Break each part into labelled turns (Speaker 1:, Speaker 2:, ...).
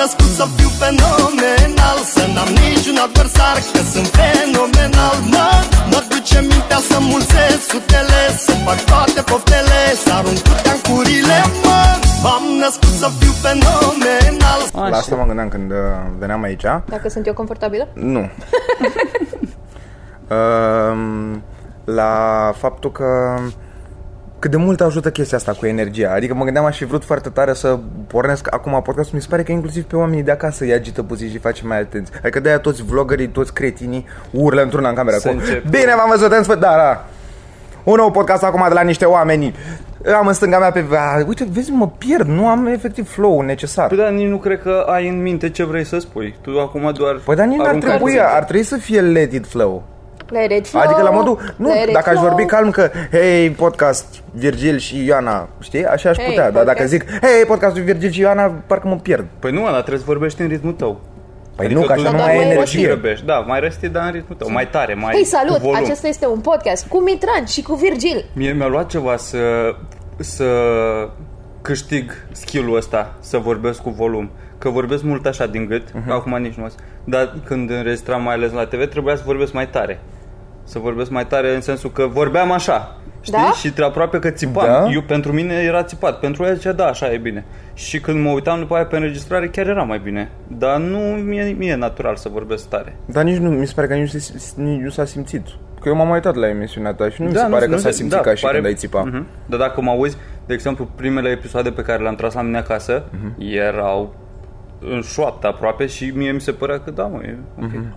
Speaker 1: născut să fiu fenomenal Să n-am niciun adversar, că sunt fenomenal Mă, mă duce mintea să mulțesc sutele Să fac toate poftele, să arunc cu teancurile Mă, m-am născut să fiu fenomenal
Speaker 2: La asta mă gândeam când uh, veneam aici.
Speaker 3: Dacă sunt eu confortabilă?
Speaker 2: Nu. Ehm, la faptul că cât de mult ajută chestia asta cu energia. Adică mă gândeam aș fi vrut foarte tare să pornesc acum podcastul. Mi se pare că inclusiv pe oamenii de acasă îi agită puțin și îi face mai atenți. Adică de-aia toți vloggerii, toți cretinii urlă într-una în camera.
Speaker 4: Să
Speaker 2: acum.
Speaker 4: încep.
Speaker 2: Bine v-am văzut, în sfârșit, da, da. Un nou podcast acum de la niște oameni. Am în stânga mea pe... A, uite, vezi, mă pierd, nu am efectiv flow necesar.
Speaker 4: Păi da, nici nu cred că ai în minte ce vrei să spui. Tu acum doar
Speaker 2: Păi dar nici n-ar
Speaker 4: arunci
Speaker 2: trebui,
Speaker 4: cuvinte.
Speaker 2: ar trebui să fie let it flow.
Speaker 3: Let it flow,
Speaker 2: Adică la modul, nu,
Speaker 3: let it
Speaker 2: dacă aș
Speaker 3: flow.
Speaker 2: vorbi calm că, hei, podcast, Virgil și Ioana, știi, așa aș
Speaker 3: Hei,
Speaker 2: putea, dar
Speaker 3: podcast.
Speaker 2: dacă zic, hei, podcastul Virgil și Ioana, parcă mă pierd.
Speaker 4: Păi nu, ăla trebuie să vorbești în ritmul tău. Adică
Speaker 2: Păi nu, că așa
Speaker 4: tu
Speaker 2: nu
Speaker 3: Dar
Speaker 2: mai ai
Speaker 3: mai
Speaker 2: energie.
Speaker 4: grăbești. Da, mai răstit, dar în ritmul tău. Mai tare, mai
Speaker 3: Hei,
Speaker 4: cu
Speaker 3: Păi, salut!
Speaker 4: volum.
Speaker 3: Acesta este un podcast cu Mitran și cu Virgil.
Speaker 4: Mie mi-a luat ceva să, să câștig skill-ul ăsta, să vorbesc cu volum. Că vorbesc mult așa din gât, uh-huh. acum nici nu azi. Dar când înregistram mai ales la TV, trebuia să vorbesc mai tare. Să vorbesc mai tare în sensul că vorbeam așa. Știi?
Speaker 3: Da?
Speaker 4: Și tre- aproape că țipam.
Speaker 2: Da?
Speaker 4: Eu, pentru mine era țipat. Pentru el zicea, da, așa e bine. Și când mă uitam după aia pe înregistrare, chiar era mai bine. Dar nu mie, mie e natural să vorbesc tare.
Speaker 2: Dar nici nu, mi se pare că nici, nu se- nici nu s-a simțit. Că eu m-am uitat la emisiunea ta și Da, nu mi se
Speaker 4: Da, nu-
Speaker 2: pare că
Speaker 4: nu
Speaker 2: s-a
Speaker 4: se-
Speaker 2: simțit ca și când ai țipa.
Speaker 4: Mhm. Dar dacă mă auzi, de exemplu, primele episoade pe care le-am tras la mine acasă
Speaker 2: Mhm.
Speaker 4: erau în șoaptă aproape și mie mi se părea că da, mă, e ok.
Speaker 2: Mhm.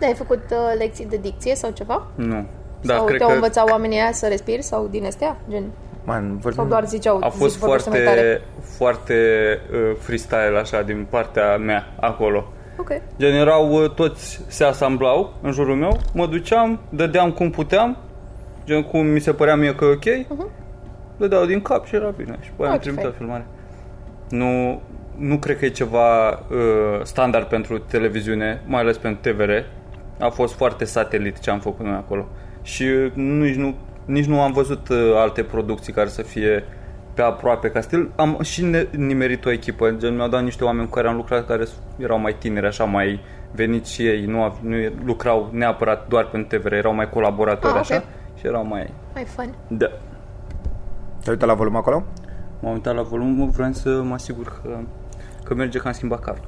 Speaker 3: Da, ai făcut uh, lecții de dicție sau ceva?
Speaker 4: Nu. Dar Da,
Speaker 3: sau
Speaker 4: cred
Speaker 3: te-au
Speaker 4: că
Speaker 3: învățat oamenii aia să respiri sau din astea? Gen,
Speaker 2: Man,
Speaker 3: sau
Speaker 2: vorbim...
Speaker 3: doar ziceau,
Speaker 4: Mm. a fost
Speaker 3: zic, vorbește mai tare.
Speaker 4: foarte, foarte uh, freestyle așa din partea mea acolo.
Speaker 3: Ok.
Speaker 4: Gen erau uh, toți se asamblau în jurul meu, mă duceam, dădeam cum puteam, gen cum mi se părea mie că e ok, dădeau din cap și era bine. Și păi am
Speaker 3: Mhm. Ok.
Speaker 4: trimitat filmare. Nu, nu cred că e ceva uh, standard pentru televiziune, mai ales pentru TVR. A fost foarte satelit ce am făcut noi acolo. Și uh, nici nu, nici nu am văzut uh, alte producții care să fie pe aproape ca stil. Am și ne- nimerit o echipă, gen mi-au dat niște oameni cu care am lucrat care s- erau mai tineri, așa mai veniți și ei, nu, av- nu e- lucrau neapărat doar pentru TVR, erau mai colaboratori
Speaker 3: Ah, ok.
Speaker 4: așa și erau mai...
Speaker 3: Mai fun.
Speaker 4: Da.
Speaker 2: Te-ai uitat la volum acolo?
Speaker 4: M-am uitat la volum, vreau să mă asigur că, că merge că am schimbat cardul.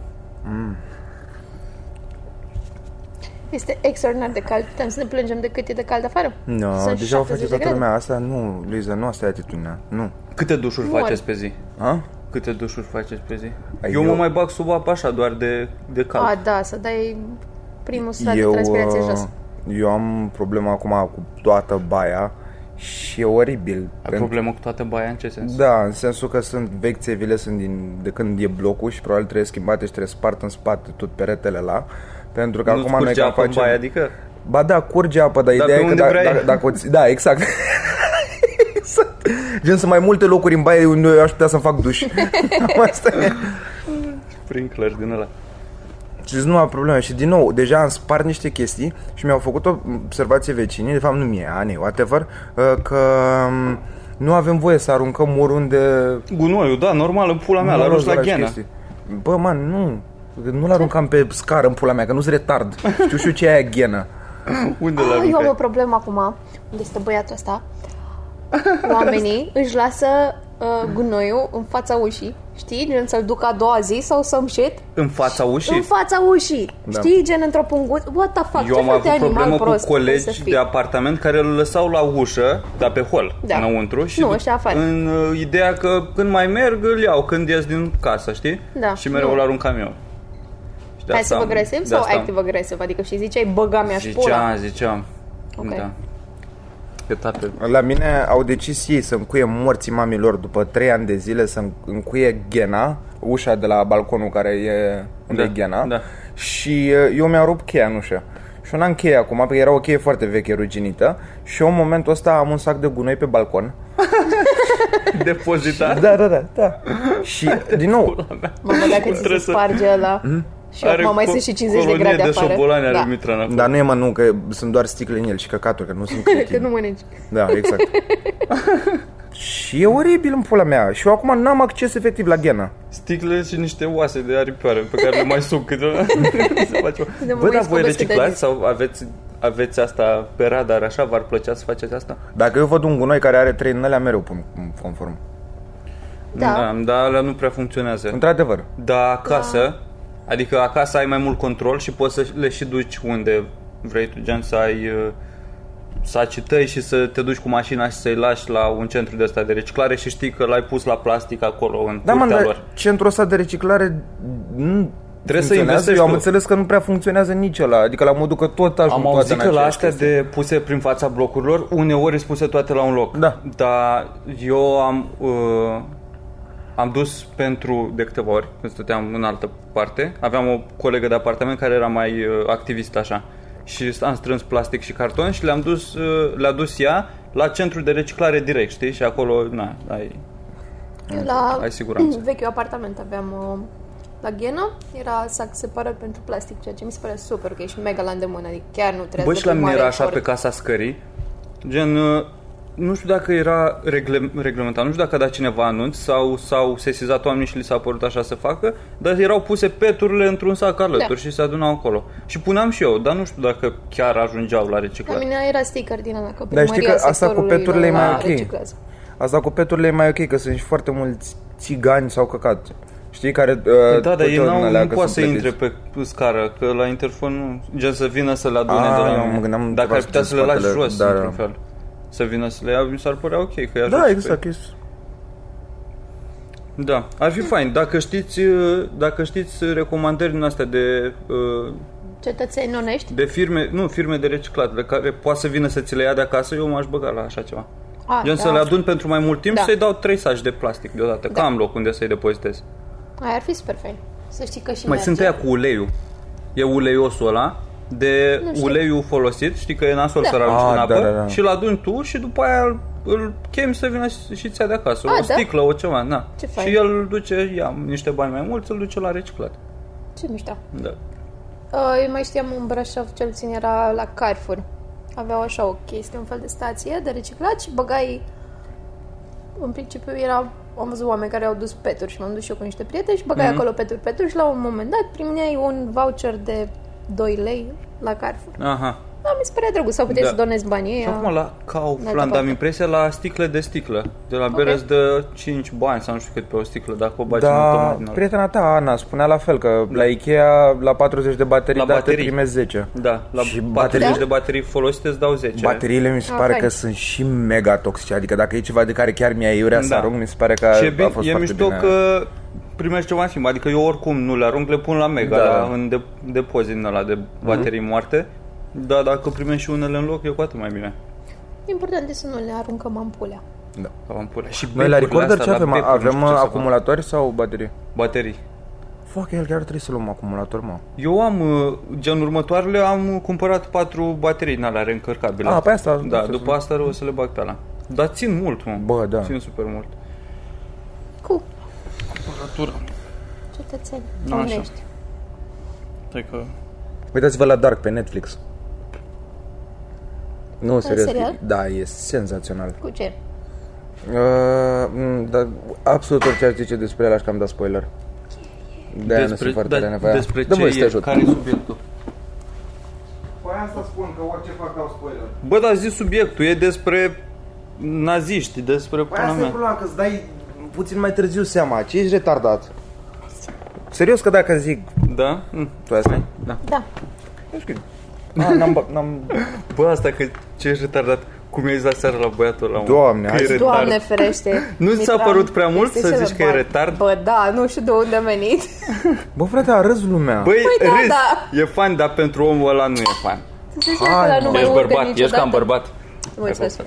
Speaker 3: Este extraordinar de cald. Putem să ne plângem de cât e de cald afară.
Speaker 2: Nu,
Speaker 3: Sunt
Speaker 2: deja o face
Speaker 3: 70 de
Speaker 2: toată
Speaker 3: grade.
Speaker 2: lumea. Asta nu, Luiza, nu asta e atitudinea. Nu.
Speaker 4: Câte dușuri
Speaker 3: Mor.
Speaker 4: faceți pe zi?
Speaker 2: A?
Speaker 4: Câte dușuri faceți pe zi?
Speaker 2: Ai,
Speaker 4: eu, mă
Speaker 2: eu-
Speaker 4: mai bag sub apă așa, doar de, de cald.
Speaker 3: A, da, să dai primul strat de
Speaker 2: eu,
Speaker 3: transpirație jos.
Speaker 2: uh, eu am problema acum cu toată baia și e oribil.
Speaker 4: Ai
Speaker 2: pentru-
Speaker 4: problemă cu toată baia în ce sens?
Speaker 2: Da, în sensul că sunt vechi țevile, sunt din, de când e blocul și probabil trebuie schimbate și trebuie spart în spate tot peretele la. Pentru că
Speaker 4: Nu
Speaker 2: acum noi
Speaker 4: curge
Speaker 2: cam
Speaker 4: apă în
Speaker 2: facem...
Speaker 4: baia, adică?
Speaker 2: Ba da, curge apă, dar,
Speaker 4: Dar
Speaker 2: ideea
Speaker 4: pe
Speaker 2: e că
Speaker 4: unde
Speaker 2: da,
Speaker 4: vrei.
Speaker 2: dacă, dacă o ți- Da, exact. Exact. Gen, sunt mai multe locuri în baie unde eu aș putea să-mi fac duș. Cam Asta e.
Speaker 4: Sprinkler din ăla.
Speaker 2: Și zic, nu am probleme. Și din nou, deja am spart niște chestii și mi-au făcut o observație vecinii, de fapt nu mie, Anei, whatever, uh, că m, nu avem voie să aruncăm oriunde
Speaker 4: Gunoiul, da, normal, în pula mea,
Speaker 2: Nu
Speaker 4: la
Speaker 2: mă
Speaker 4: roșu
Speaker 2: rog
Speaker 4: la
Speaker 2: aceste
Speaker 4: ghena.
Speaker 2: chestii. Bă, man, nu. Nu-l aruncam pe scară în pula mea, că nu-s retard. Știu și eu ce e aia ghenă.
Speaker 4: Unde
Speaker 3: Ah,
Speaker 4: la
Speaker 3: eu am o
Speaker 4: mine?
Speaker 3: problemă acum. Unde este băiatul ăsta? Oamenii își lasă uh, gunoiul în fața ușii, știi? Gen să-l duc a doua zi sau să-mi shit
Speaker 4: În fața
Speaker 3: în
Speaker 4: ușii?
Speaker 3: fața ușii.
Speaker 2: Da.
Speaker 3: Știi? Gen într-o punguță. What the fuck?
Speaker 4: Eu
Speaker 3: Ce
Speaker 4: am
Speaker 3: fel
Speaker 4: avut
Speaker 3: de animal
Speaker 4: problemă
Speaker 3: prost
Speaker 4: cu
Speaker 3: poți să
Speaker 4: colegi
Speaker 3: fii?
Speaker 4: de apartament care îl lăsau la ușă, dar pe hol,
Speaker 3: Da.
Speaker 4: înăuntru. Și
Speaker 3: Nu, ăștia afară.
Speaker 4: În uh, ideea că când mai merg, îl iau, când ies din casă, știi?
Speaker 3: Da.
Speaker 4: Și mereu
Speaker 3: Nu.
Speaker 4: îl aruncam eu. Și de asta am-
Speaker 3: Pasiv-agresiv
Speaker 4: de
Speaker 3: sau
Speaker 4: asta am-
Speaker 3: activ-agresiv? Adică și ziceai băga mea și
Speaker 4: Ziceam,
Speaker 3: pula.
Speaker 4: ziceam.
Speaker 3: Ok.
Speaker 4: Da. E tată.
Speaker 2: La mine au decis ei să-mi cuie morții mamilor după 3 ani de zile, să-mi îmi cuie ghena, ușa de la balconul care e, unde
Speaker 4: Da,
Speaker 2: e ghena.
Speaker 4: da.
Speaker 2: Și uh, eu mi-am rupt cheia în ușă. Și eu n-am cheie acum, pentru că era o cheie foarte veche, ruginită. Și eu în momentul ăsta am un sac de gunoi pe balcon.
Speaker 4: Depozitat.
Speaker 2: Da, da, da, da. și, din nou,
Speaker 3: Mă băga că ți se
Speaker 4: Trebuie să-
Speaker 3: sparge ăla. Și acum mai
Speaker 4: co-
Speaker 3: sunt și 50 de
Speaker 4: colonie
Speaker 3: grade
Speaker 4: de
Speaker 3: afară.
Speaker 4: șobolani are
Speaker 3: Da.
Speaker 4: Mitran acolo.
Speaker 2: dar nu e mă, nu, că sunt doar sticle în el și căcaturi, că nu sunt
Speaker 3: Că
Speaker 2: cretini.
Speaker 3: nu mănânci.
Speaker 2: Da, exact. Și e oribil în pula mea. Și eu acum n-am acces efectiv la ghenă.
Speaker 4: Sticle și niște oase de aripioară pe care le mai suc câteodată. Se face-
Speaker 3: mă
Speaker 4: Bă, dar voi
Speaker 3: uiți cum vezi cât de
Speaker 4: reciclați
Speaker 3: dis-
Speaker 4: sau aveți, aveți asta pe radar așa? V-ar plăcea să faceți asta?
Speaker 2: Dacă eu văd un gunoi care are trei în alea, mereu pun conform.
Speaker 3: Da.
Speaker 4: Da, dar alea nu prea funcționează.
Speaker 2: Într-adevăr.
Speaker 4: Da, acasă, adică acasă ai mai mult control și poți să le și duci unde vrei tu, gen să ai uh, sacii tăi și să te duci cu mașina și să-i lași la un centru de ăsta de reciclare și știi că l-ai pus la plastic acolo în
Speaker 2: Da, mă,
Speaker 4: curtea
Speaker 2: dar
Speaker 4: lor.
Speaker 2: centrul ăsta de reciclare nu
Speaker 4: Trebuie să
Speaker 2: funcționează.
Speaker 4: investești
Speaker 2: Eu am
Speaker 4: tu.
Speaker 2: înțeles că nu prea funcționează nici ăla, adică la modul că tot ajung
Speaker 4: Am
Speaker 2: toate
Speaker 4: auzit
Speaker 2: în
Speaker 4: că la
Speaker 2: aceeași
Speaker 4: astea
Speaker 2: chestie.
Speaker 4: de puse prin fața blocurilor, uneori sunt puse toate la un loc.
Speaker 2: Da.
Speaker 4: Dar eu am, uh, am dus pentru de câteva ori, când stăteam în altă parte, aveam o colegă de apartament care era mai uh, activistă așa. Și am strâns plastic și carton și le-am dus, uh, le-a dus ea la centru de reciclare direct, știi? Și acolo, na, ai...
Speaker 3: Eu la
Speaker 4: Mm, Ai siguranță.
Speaker 3: vechiul apartament aveam uh, la ghenă, era sac separat pentru plastic, ceea ce mi se pare super, că ești mega la îndemână, adică chiar nu trebuie
Speaker 4: Bă,
Speaker 3: să
Speaker 4: și la
Speaker 3: fii
Speaker 4: mine
Speaker 3: mare
Speaker 4: era așa
Speaker 3: efort.
Speaker 4: pe casa scării, gen, uh, nu știu dacă era regle- reglementat, nu știu dacă a dat cineva anunț sau s-au sesizat oamenii și li s-a părut așa să facă, dar erau puse peturile într-un sac alături
Speaker 3: Da.
Speaker 4: și se adunau acolo. Și puneam și eu, dar nu știu dacă chiar ajungeau la reciclat.
Speaker 3: La mine era sticker din ăla, că
Speaker 2: Dar știi
Speaker 3: primăria
Speaker 2: că asta cu
Speaker 3: sectorului
Speaker 2: peturile e
Speaker 3: la-
Speaker 2: mai ok.
Speaker 3: reciclează.
Speaker 2: Asta cu peturile e mai ok, că sunt și foarte mulți țigani sau căcat. Știi, care... Uh,
Speaker 4: Da, dar
Speaker 2: tot
Speaker 4: ei
Speaker 2: în
Speaker 4: n-au,
Speaker 2: alea
Speaker 4: nu
Speaker 2: că
Speaker 4: poate
Speaker 2: sunt
Speaker 4: să
Speaker 2: plătiți.
Speaker 4: intre pe scară, că la interfon nu, gen să vină să le adune
Speaker 2: Ah,
Speaker 4: de la
Speaker 2: eu mă
Speaker 4: mine.
Speaker 2: gândeam
Speaker 4: Dacă
Speaker 2: ceva
Speaker 4: ar putea
Speaker 2: să
Speaker 4: să le lași
Speaker 2: spatele,
Speaker 4: jos,
Speaker 2: dar-
Speaker 4: într-un fel. Să vină să le ia, mi s-ar părea ok că i-a
Speaker 2: Da, exact. Pe...
Speaker 4: Da, ar fi fain. Dacă știți, uh, dacă știți recomandări din astea de, uh,
Speaker 3: Cetățeni onești?
Speaker 4: de firme, nu, firme de reciclat, de care poate să vină să ți le ia de acasă, eu m-aș băga la așa ceva.
Speaker 3: A,
Speaker 4: Gen
Speaker 3: da.
Speaker 4: să le adun pentru mai mult timp
Speaker 3: Da.
Speaker 4: și să-i dau trei saci de plastic deodată, da. că am loc unde să-i depozitez.
Speaker 3: Aia ar fi super fain. Să știi că și
Speaker 4: Mai
Speaker 3: merge.
Speaker 4: sunt aia cu uleiul. E uleiosul ăla de
Speaker 3: Nu știu.
Speaker 4: uleiul folosit, știi că e nasol
Speaker 3: Da.
Speaker 4: să-l arunci
Speaker 2: Ah,
Speaker 4: în apă
Speaker 2: da, da, da.
Speaker 4: și îl aduni tu și după aia îl- îl chemi să vină și- și ți-a de acasă,
Speaker 3: Ah,
Speaker 4: o
Speaker 3: da?
Speaker 4: sticlă, o ceva, na.
Speaker 3: Ce fain.
Speaker 4: și el îl duce, ia niște bani mai mulți, îl duce la reciclat.
Speaker 3: Ce mișto.
Speaker 4: Da.
Speaker 3: Uh, Eu mai știam un Brașov, cel puțin era la Carrefour. Aveau așa o chestie, un fel de stație de reciclat și băgai... În principiu era... Am văzut oameni care au dus peturi și m-am dus și eu cu niște prieteni și
Speaker 4: Mhm.
Speaker 3: băgai acolo peturi, peturi și la un moment dat primeai un voucher de 2 lei la Carrefour.
Speaker 4: Aha.
Speaker 3: Da, mi se părea drăguț sau puteai
Speaker 4: Da.
Speaker 3: să donezi banii
Speaker 4: Și
Speaker 3: ăia.
Speaker 4: acum la
Speaker 3: În altă
Speaker 4: Kaufland am
Speaker 3: parte.
Speaker 4: impresia la sticle de sticlă. De la okay. îți dă 5 bani sau nu știu cât pe o sticlă, dacă o bagi în
Speaker 2: Da,
Speaker 4: automat. din altă.
Speaker 2: prietena ta, Ana, spunea la fel, că la Ikea, la 40 de baterii,
Speaker 4: La
Speaker 2: da, te
Speaker 4: baterii.
Speaker 2: primești 10.
Speaker 4: Da, la
Speaker 2: Și
Speaker 4: 40
Speaker 2: baterii-
Speaker 4: de baterii folosite îți dau 10.
Speaker 2: Bateriile mi se
Speaker 3: Ah,
Speaker 2: pare
Speaker 3: fain.
Speaker 2: că sunt și mega toxice, adică dacă e ceva de care chiar mi-a iurea să
Speaker 4: Da.
Speaker 2: arunc, mi se pare că
Speaker 4: Și e,
Speaker 2: a
Speaker 4: bine,
Speaker 2: fost
Speaker 4: e
Speaker 2: foarte
Speaker 4: mișto
Speaker 2: bine.
Speaker 4: că primești ceva în schimb. Adică eu oricum nu le arunc, le pun la mega,
Speaker 2: Da. Mhm.
Speaker 4: la, în de, depozit din ăla de baterii moarte. Dar dacă primești și unele în loc, e cu atât mai bine.
Speaker 3: Important e să nu le aruncăm ampulea.
Speaker 2: Da.
Speaker 4: Ca am pula. Și
Speaker 2: Noi la
Speaker 4: becurile
Speaker 2: recorder
Speaker 4: astea,
Speaker 2: ce
Speaker 4: la
Speaker 2: avem?
Speaker 4: becuri, nu știu
Speaker 2: Avem uh,
Speaker 4: ce să fac.
Speaker 2: acumulatori sau baterii?
Speaker 4: Baterii.
Speaker 2: Fuck, el chiar trebuie să luăm acumulator, mă.
Speaker 4: Eu am, uh, gen următoarele, am uh, cumpărat patru baterii din alea reîncărcabile.
Speaker 2: Ah, pe asta,
Speaker 4: Da,
Speaker 2: da,
Speaker 4: după asta o să le bag pe ala. Dar țin mult, mă.
Speaker 2: Bă, da.
Speaker 4: Țin super mult.
Speaker 3: Cu
Speaker 4: Aparatura.
Speaker 3: cetățeni
Speaker 4: Da, așa.
Speaker 3: onești.
Speaker 4: Stai că...
Speaker 2: Uitați-vă la Dark pe Netflix. Nu, serios.
Speaker 3: serial?
Speaker 2: Da, e senzațional.
Speaker 3: Cu ce?
Speaker 2: Uh, m, dar absolut orice ar zice despre el, aș cam da spoiler. De aia nu sunt foarte tare nevoia.
Speaker 4: despre
Speaker 2: Dă
Speaker 4: ce
Speaker 2: voi să te
Speaker 4: e,
Speaker 2: ajut.
Speaker 4: care e subiectul?
Speaker 2: Păi asta spun, că orice fac dau spoiler.
Speaker 4: Bă, dar zi subiectul, e despre naziști, despre
Speaker 2: Păi asta
Speaker 4: până
Speaker 2: e
Speaker 4: mea.
Speaker 2: problema, că îți dai puțin mai târziu seama, ce ești retardat. Serios că dacă zic,
Speaker 4: Da? Mm.
Speaker 2: tu ai asta?
Speaker 3: Da.
Speaker 2: Nu știu. Ah, n-am, ba- n-am...
Speaker 4: Bă, asta că ce ești retardat, cum i-ai zis aseară la băiatul ăla, mă?
Speaker 2: Doamne,
Speaker 4: Că
Speaker 2: hai
Speaker 4: e
Speaker 2: să-
Speaker 4: retard.
Speaker 3: Doamne ferește.
Speaker 4: Nu ți s-a
Speaker 3: Mitran,
Speaker 4: părut prea mult
Speaker 3: este
Speaker 4: să
Speaker 3: cel
Speaker 4: zici că e
Speaker 3: mai-
Speaker 4: retard?
Speaker 3: Bă, da, nu știu de unde a venit.
Speaker 2: Bă, frate, a râs lumea.
Speaker 4: Băi,
Speaker 3: Păi da,
Speaker 4: râzi,
Speaker 3: da.
Speaker 4: e fan, dar pentru omul ăla nu e fan.
Speaker 3: Să zici că la
Speaker 2: Hai,
Speaker 3: nu
Speaker 2: mă.
Speaker 3: mai
Speaker 4: ești
Speaker 3: urcă
Speaker 4: bărbat, ești
Speaker 3: niciodată.
Speaker 4: cam bărbat.
Speaker 3: Mulțumesc.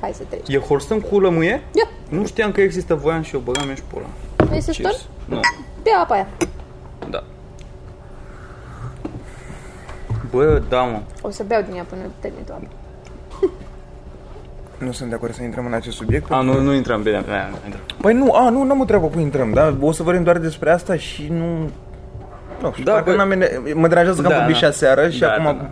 Speaker 3: Hai să treci.
Speaker 4: E Holston cu lămâie?
Speaker 3: Ia,
Speaker 4: Nu știam că există voiam și eu băgam eu și pula.
Speaker 3: vrei să
Speaker 4: Cheers.
Speaker 3: stori?
Speaker 4: Nu,
Speaker 3: Bea apa aia.
Speaker 4: da. Bă, da, mă.
Speaker 3: O să beau din ea până termin toamna.
Speaker 2: Nu sunt de acord să intrăm în acest subiect.
Speaker 4: A, nu, nu intrăm bine. Da, nu intrăm.
Speaker 2: Păi nu, a, nu, n-am o treabă cu intrăm, dar o să vorbim doar despre asta și nu... Nu știu,
Speaker 4: Da,
Speaker 2: da,
Speaker 4: bă-
Speaker 2: n-am, mă deranjează că
Speaker 4: Da,
Speaker 2: am vorbit
Speaker 4: da.
Speaker 2: și aseară și
Speaker 4: Da,
Speaker 2: acum
Speaker 4: da, da.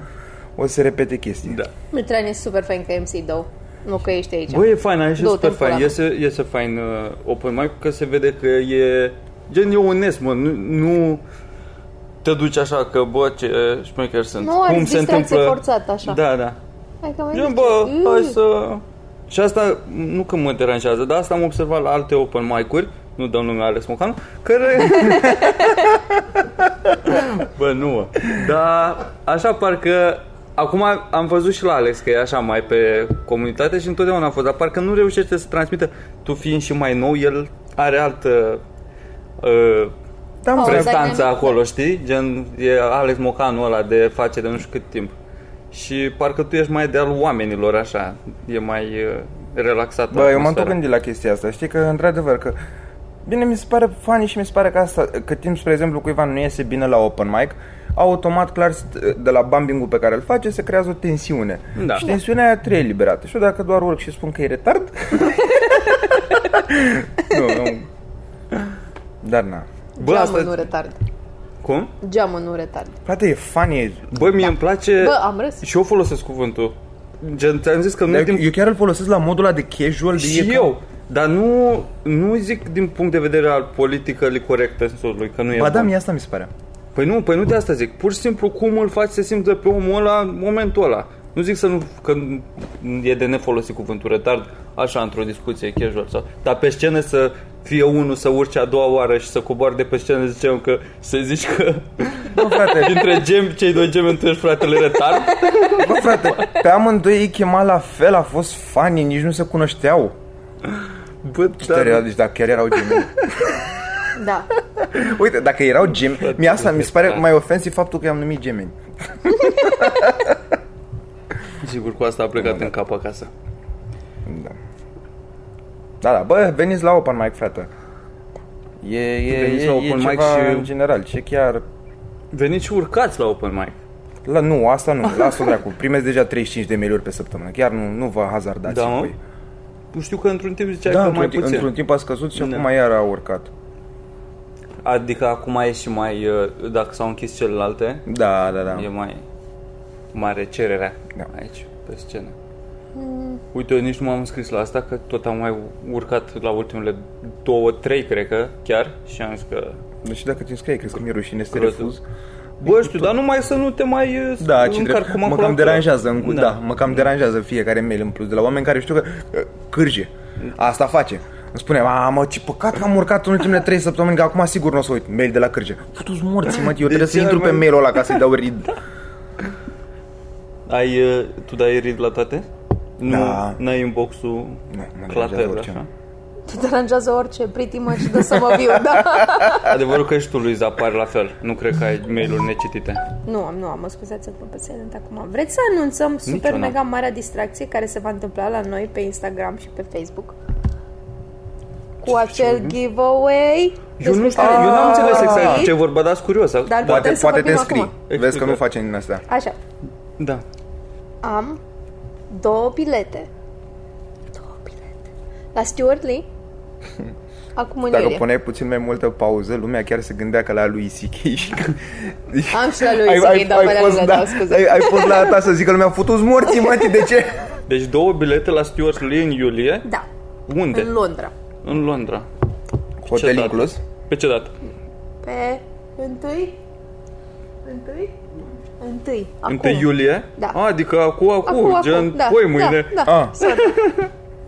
Speaker 2: o să repete chestii.
Speaker 4: Da.
Speaker 3: Mitran e super fain că MC două. Nu că ești aici.
Speaker 4: Bă, e fain, e și
Speaker 3: Două
Speaker 4: super fain.
Speaker 3: temporada.
Speaker 4: Iese, iese fain uh, open mic că se vede că e gen e onest, mă, nu, nu te duci așa că, bă, ce uh, șmecheri sunt.
Speaker 3: Nu are distracție forțată, așa.
Speaker 4: Da, da.
Speaker 3: Hai că mai
Speaker 4: Gen,
Speaker 3: zici,
Speaker 4: bă,
Speaker 3: "Mm,
Speaker 4: hai să... Și asta, nu că mă deranjează, dar asta am observat la alte open mic-uri, nu dăm nume Alex Mocanu, care... bă, nu, mă. Dar așa parcă... Acum am văzut și la Alex că e așa mai pe comunitate și întotdeauna a fost, dar parcă nu reușește să transmită. Tu fiind și mai nou, el are altă uh,
Speaker 2: Da, mă, frate.
Speaker 3: Pauză.
Speaker 4: prestanță
Speaker 3: dynamic,
Speaker 4: acolo, știi? Gen, e Alex Mocanu ăla de face de nu știu cât timp. Și parcă tu ești mai de-al oamenilor, așa. E mai uh, relaxat.
Speaker 2: Bă, eu m-am tot gândit la chestia asta, știi că, într-adevăr, că Bine, mi se pare funny și mi se pare că asta, că timp, spre exemplu, cuiva nu iese bine la open mic, automat, clar, st- de la bumping pe care îl face, se creează o tensiune.
Speaker 4: Da.
Speaker 2: Și tensiunea aia trebuie eliberată. Și eu dacă doar urc și spun că e retard... nu, nu. Dar na.
Speaker 4: Bă,
Speaker 3: Geamul
Speaker 4: asta...
Speaker 3: nu retard.
Speaker 4: Cum?
Speaker 3: Geamul nu retard.
Speaker 2: Frate, e funny. e-
Speaker 4: Bă, mie îmi place...
Speaker 3: Da. Bă, am râs.
Speaker 4: Și eu folosesc cuvântul. Gen, ți-am zis că nu
Speaker 2: Dar
Speaker 4: e
Speaker 2: eu,
Speaker 4: din...
Speaker 2: eu chiar îl folosesc la modul ăla de casual. De e
Speaker 4: Și
Speaker 2: ca-
Speaker 4: eu. Dar nu, nu zic din punct de vedere al politically correctness-ului, că nu e
Speaker 2: Ba da,
Speaker 4: bun.
Speaker 2: mie asta mi se pare.
Speaker 4: Păi nu, păi nu de asta zic. Pur și simplu cum îl faci să simți de pe omul ăla în momentul ăla. Nu zic să nu, că e de nefolosit cuvântul retard așa într-o discuție casual sau, dar pe scenă să fie unul să urce a doua oară și să coboare de pe scenă zicem că să zici că
Speaker 2: Bă, frate,
Speaker 4: dintre gem, cei doi gemeni tu ești fratele retard.
Speaker 2: Bă, frate, pe amândoi ei chema la fel, a fost funny, nici nu se cunoșteau.
Speaker 4: Bă,
Speaker 2: Dar era,
Speaker 4: dar,
Speaker 2: deci dacă chiar erau gemeni.
Speaker 3: Da.
Speaker 2: Uite, dacă erau gemeni, mi asta mi se pare mai ofensiv faptul că i-am numit gemeni.
Speaker 4: sigur cu asta a plecat în cap acasă.
Speaker 2: Da. Da, da, bă, veniți la open mic, frate. E, e,
Speaker 4: Veniți
Speaker 2: e,
Speaker 4: la
Speaker 2: e
Speaker 4: open mic
Speaker 2: ceva
Speaker 4: și-
Speaker 2: în general, ce chiar...
Speaker 4: Veniți și urcați la open mic.
Speaker 2: La, nu, asta nu, lasă-o dracu, primesc deja 35 de mail pe săptămână, chiar nu, nu vă hazardați.
Speaker 4: Da, mă?
Speaker 2: voi.
Speaker 4: Nu știu că într-un timp ziceai
Speaker 2: da
Speaker 4: că mai
Speaker 2: într-un, timp-
Speaker 4: puțin.
Speaker 2: într-un timp a scăzut și
Speaker 4: Da.
Speaker 2: acum iar a urcat.
Speaker 4: Adică acum e și mai, uh, dacă s-au închis celelalte,
Speaker 2: Da, da, da.
Speaker 4: E mai mare cererea
Speaker 2: Da.
Speaker 4: aici, pe scenă. Uite, eu nici nu m-am înscris la asta, că tot am mai urcat la ultimele două, trei, cred că, chiar, și am zis că...
Speaker 2: Deci dacă te înscrii, crezi că mi-e rușine să te
Speaker 4: Grozav.
Speaker 2: refuz?
Speaker 4: Bă, știu, dar numai să nu te mai uh,
Speaker 2: Da, ce
Speaker 4: încarc
Speaker 2: drept.
Speaker 4: cu
Speaker 2: Mă
Speaker 4: maculatura.
Speaker 2: cam deranjează, în, da. da, mă cam deranjează fiecare mail în plus de la oameni care știu că uh, cârje. Asta face. Îmi spune, mamă, ce păcat că am urcat în ultimele 3 săptămâni, că acum sigur nu o să uit. Mail de la cârje. Putu-ți morții, mă, eu trebuie să
Speaker 4: ce
Speaker 2: intru
Speaker 4: ar
Speaker 2: pe
Speaker 4: mai-
Speaker 2: mailul ăla ca să-i dau read.
Speaker 3: Da.
Speaker 4: Ai, uh, tu dai read la toate? Nu,
Speaker 2: Da.
Speaker 4: n-ai inbox-ul
Speaker 2: mă deranjează
Speaker 4: clater,
Speaker 2: orice.
Speaker 4: așa?
Speaker 3: Te deranjează orice, pretty much, dă să mă viu, da?
Speaker 4: Adevărul că și tu, Luiza, apari la fel. Nu cred că ai mail-uri necitite.
Speaker 3: Nu am, nu am, mă scuzați mă prezent acum. Vreți să anunțăm super
Speaker 4: Niciuna.
Speaker 3: mega marea distracție care se va întâmpla la noi pe Instagram și pe Facebook? Cu acel giveaway?
Speaker 4: Eu nu
Speaker 3: despre
Speaker 4: știu,
Speaker 3: care
Speaker 4: eu
Speaker 3: v-am
Speaker 4: n-am înțeles exact
Speaker 3: vorbit.
Speaker 4: ce vorba, dar curios.
Speaker 3: Ah. Dar
Speaker 4: da,
Speaker 2: Poate,
Speaker 3: Putem să
Speaker 2: poate te
Speaker 3: vorbim
Speaker 2: înscrii.
Speaker 3: acum.
Speaker 2: Vezi că
Speaker 4: Explică.
Speaker 2: nu face din astea.
Speaker 3: Așa,
Speaker 4: da.
Speaker 3: am două bilete. Două bilete. La Stuart Lee? Acum în
Speaker 2: Dacă
Speaker 3: iulie.
Speaker 2: puneai puțin mai multă pauză, lumea chiar se gândea că la lui C.K. și că...
Speaker 3: Am și la lui C.K., dar pe alea nu le dau, scuze.
Speaker 2: da, ai, ai fost la ta să zică lumea, futu-ți morții, mă, de ce?
Speaker 4: Deci două bilete la Stuart Lee în iulie.
Speaker 3: Da,
Speaker 4: Unde?
Speaker 3: în Londra.
Speaker 4: În Londra.
Speaker 2: Hotel
Speaker 4: dată?
Speaker 2: inclus?
Speaker 4: Pe ce dată?
Speaker 3: Pe întâi? Întâi? Întâi. Acum.
Speaker 4: 1 iulie?
Speaker 3: Da.
Speaker 4: A, adică acum, acum,
Speaker 3: Acum, acum,
Speaker 4: gen,
Speaker 3: da,
Speaker 4: poi mâine.
Speaker 3: Da, da.
Speaker 2: Ah.
Speaker 3: Sorry.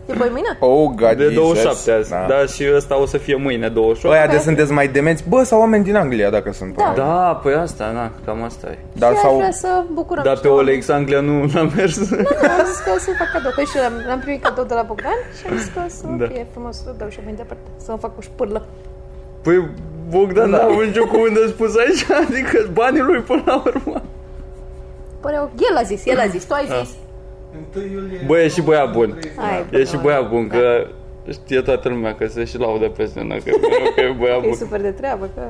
Speaker 3: E poi mâine?
Speaker 2: Oh, God,
Speaker 4: De
Speaker 2: Jesus.
Speaker 4: 27 azi.
Speaker 2: Da.
Speaker 4: Da. și ăsta o să fie mâine 28.
Speaker 2: Băia Păi de sunteți mai demenți? Bă, sau oameni din Anglia, dacă sunt.
Speaker 3: Da.
Speaker 4: Da, păi asta, na, cam asta e.
Speaker 2: Dar
Speaker 3: și aș
Speaker 2: Da, sau...
Speaker 3: vrea să bucurăm
Speaker 4: Dar
Speaker 3: și
Speaker 4: pe
Speaker 3: noi.
Speaker 4: Olex Anglia nu n-a mers.
Speaker 3: Am zis că o să fac cadou, că și l-am, l-am primit cadou de la Bogdan și am zis că o să
Speaker 4: Da.
Speaker 3: da. fie frumos să dau și mai departe, să-mi fac o șpârlă.
Speaker 4: Păi Bogdan
Speaker 2: Da.
Speaker 4: da. avut niciun cuvânt de spus aici, adică banii lui până la urmă.
Speaker 3: Păreau, Păi, el a zis, el a zis, tu ai
Speaker 2: Ah.
Speaker 3: zis.
Speaker 4: Băi, e și băiat bun.
Speaker 2: Da.
Speaker 3: Hai,
Speaker 4: E și băiat bun, că
Speaker 3: Da.
Speaker 4: știe toată lumea că se și laudă pe scenă, că, că e băiat
Speaker 3: E
Speaker 4: bun.
Speaker 3: super de treabă, că...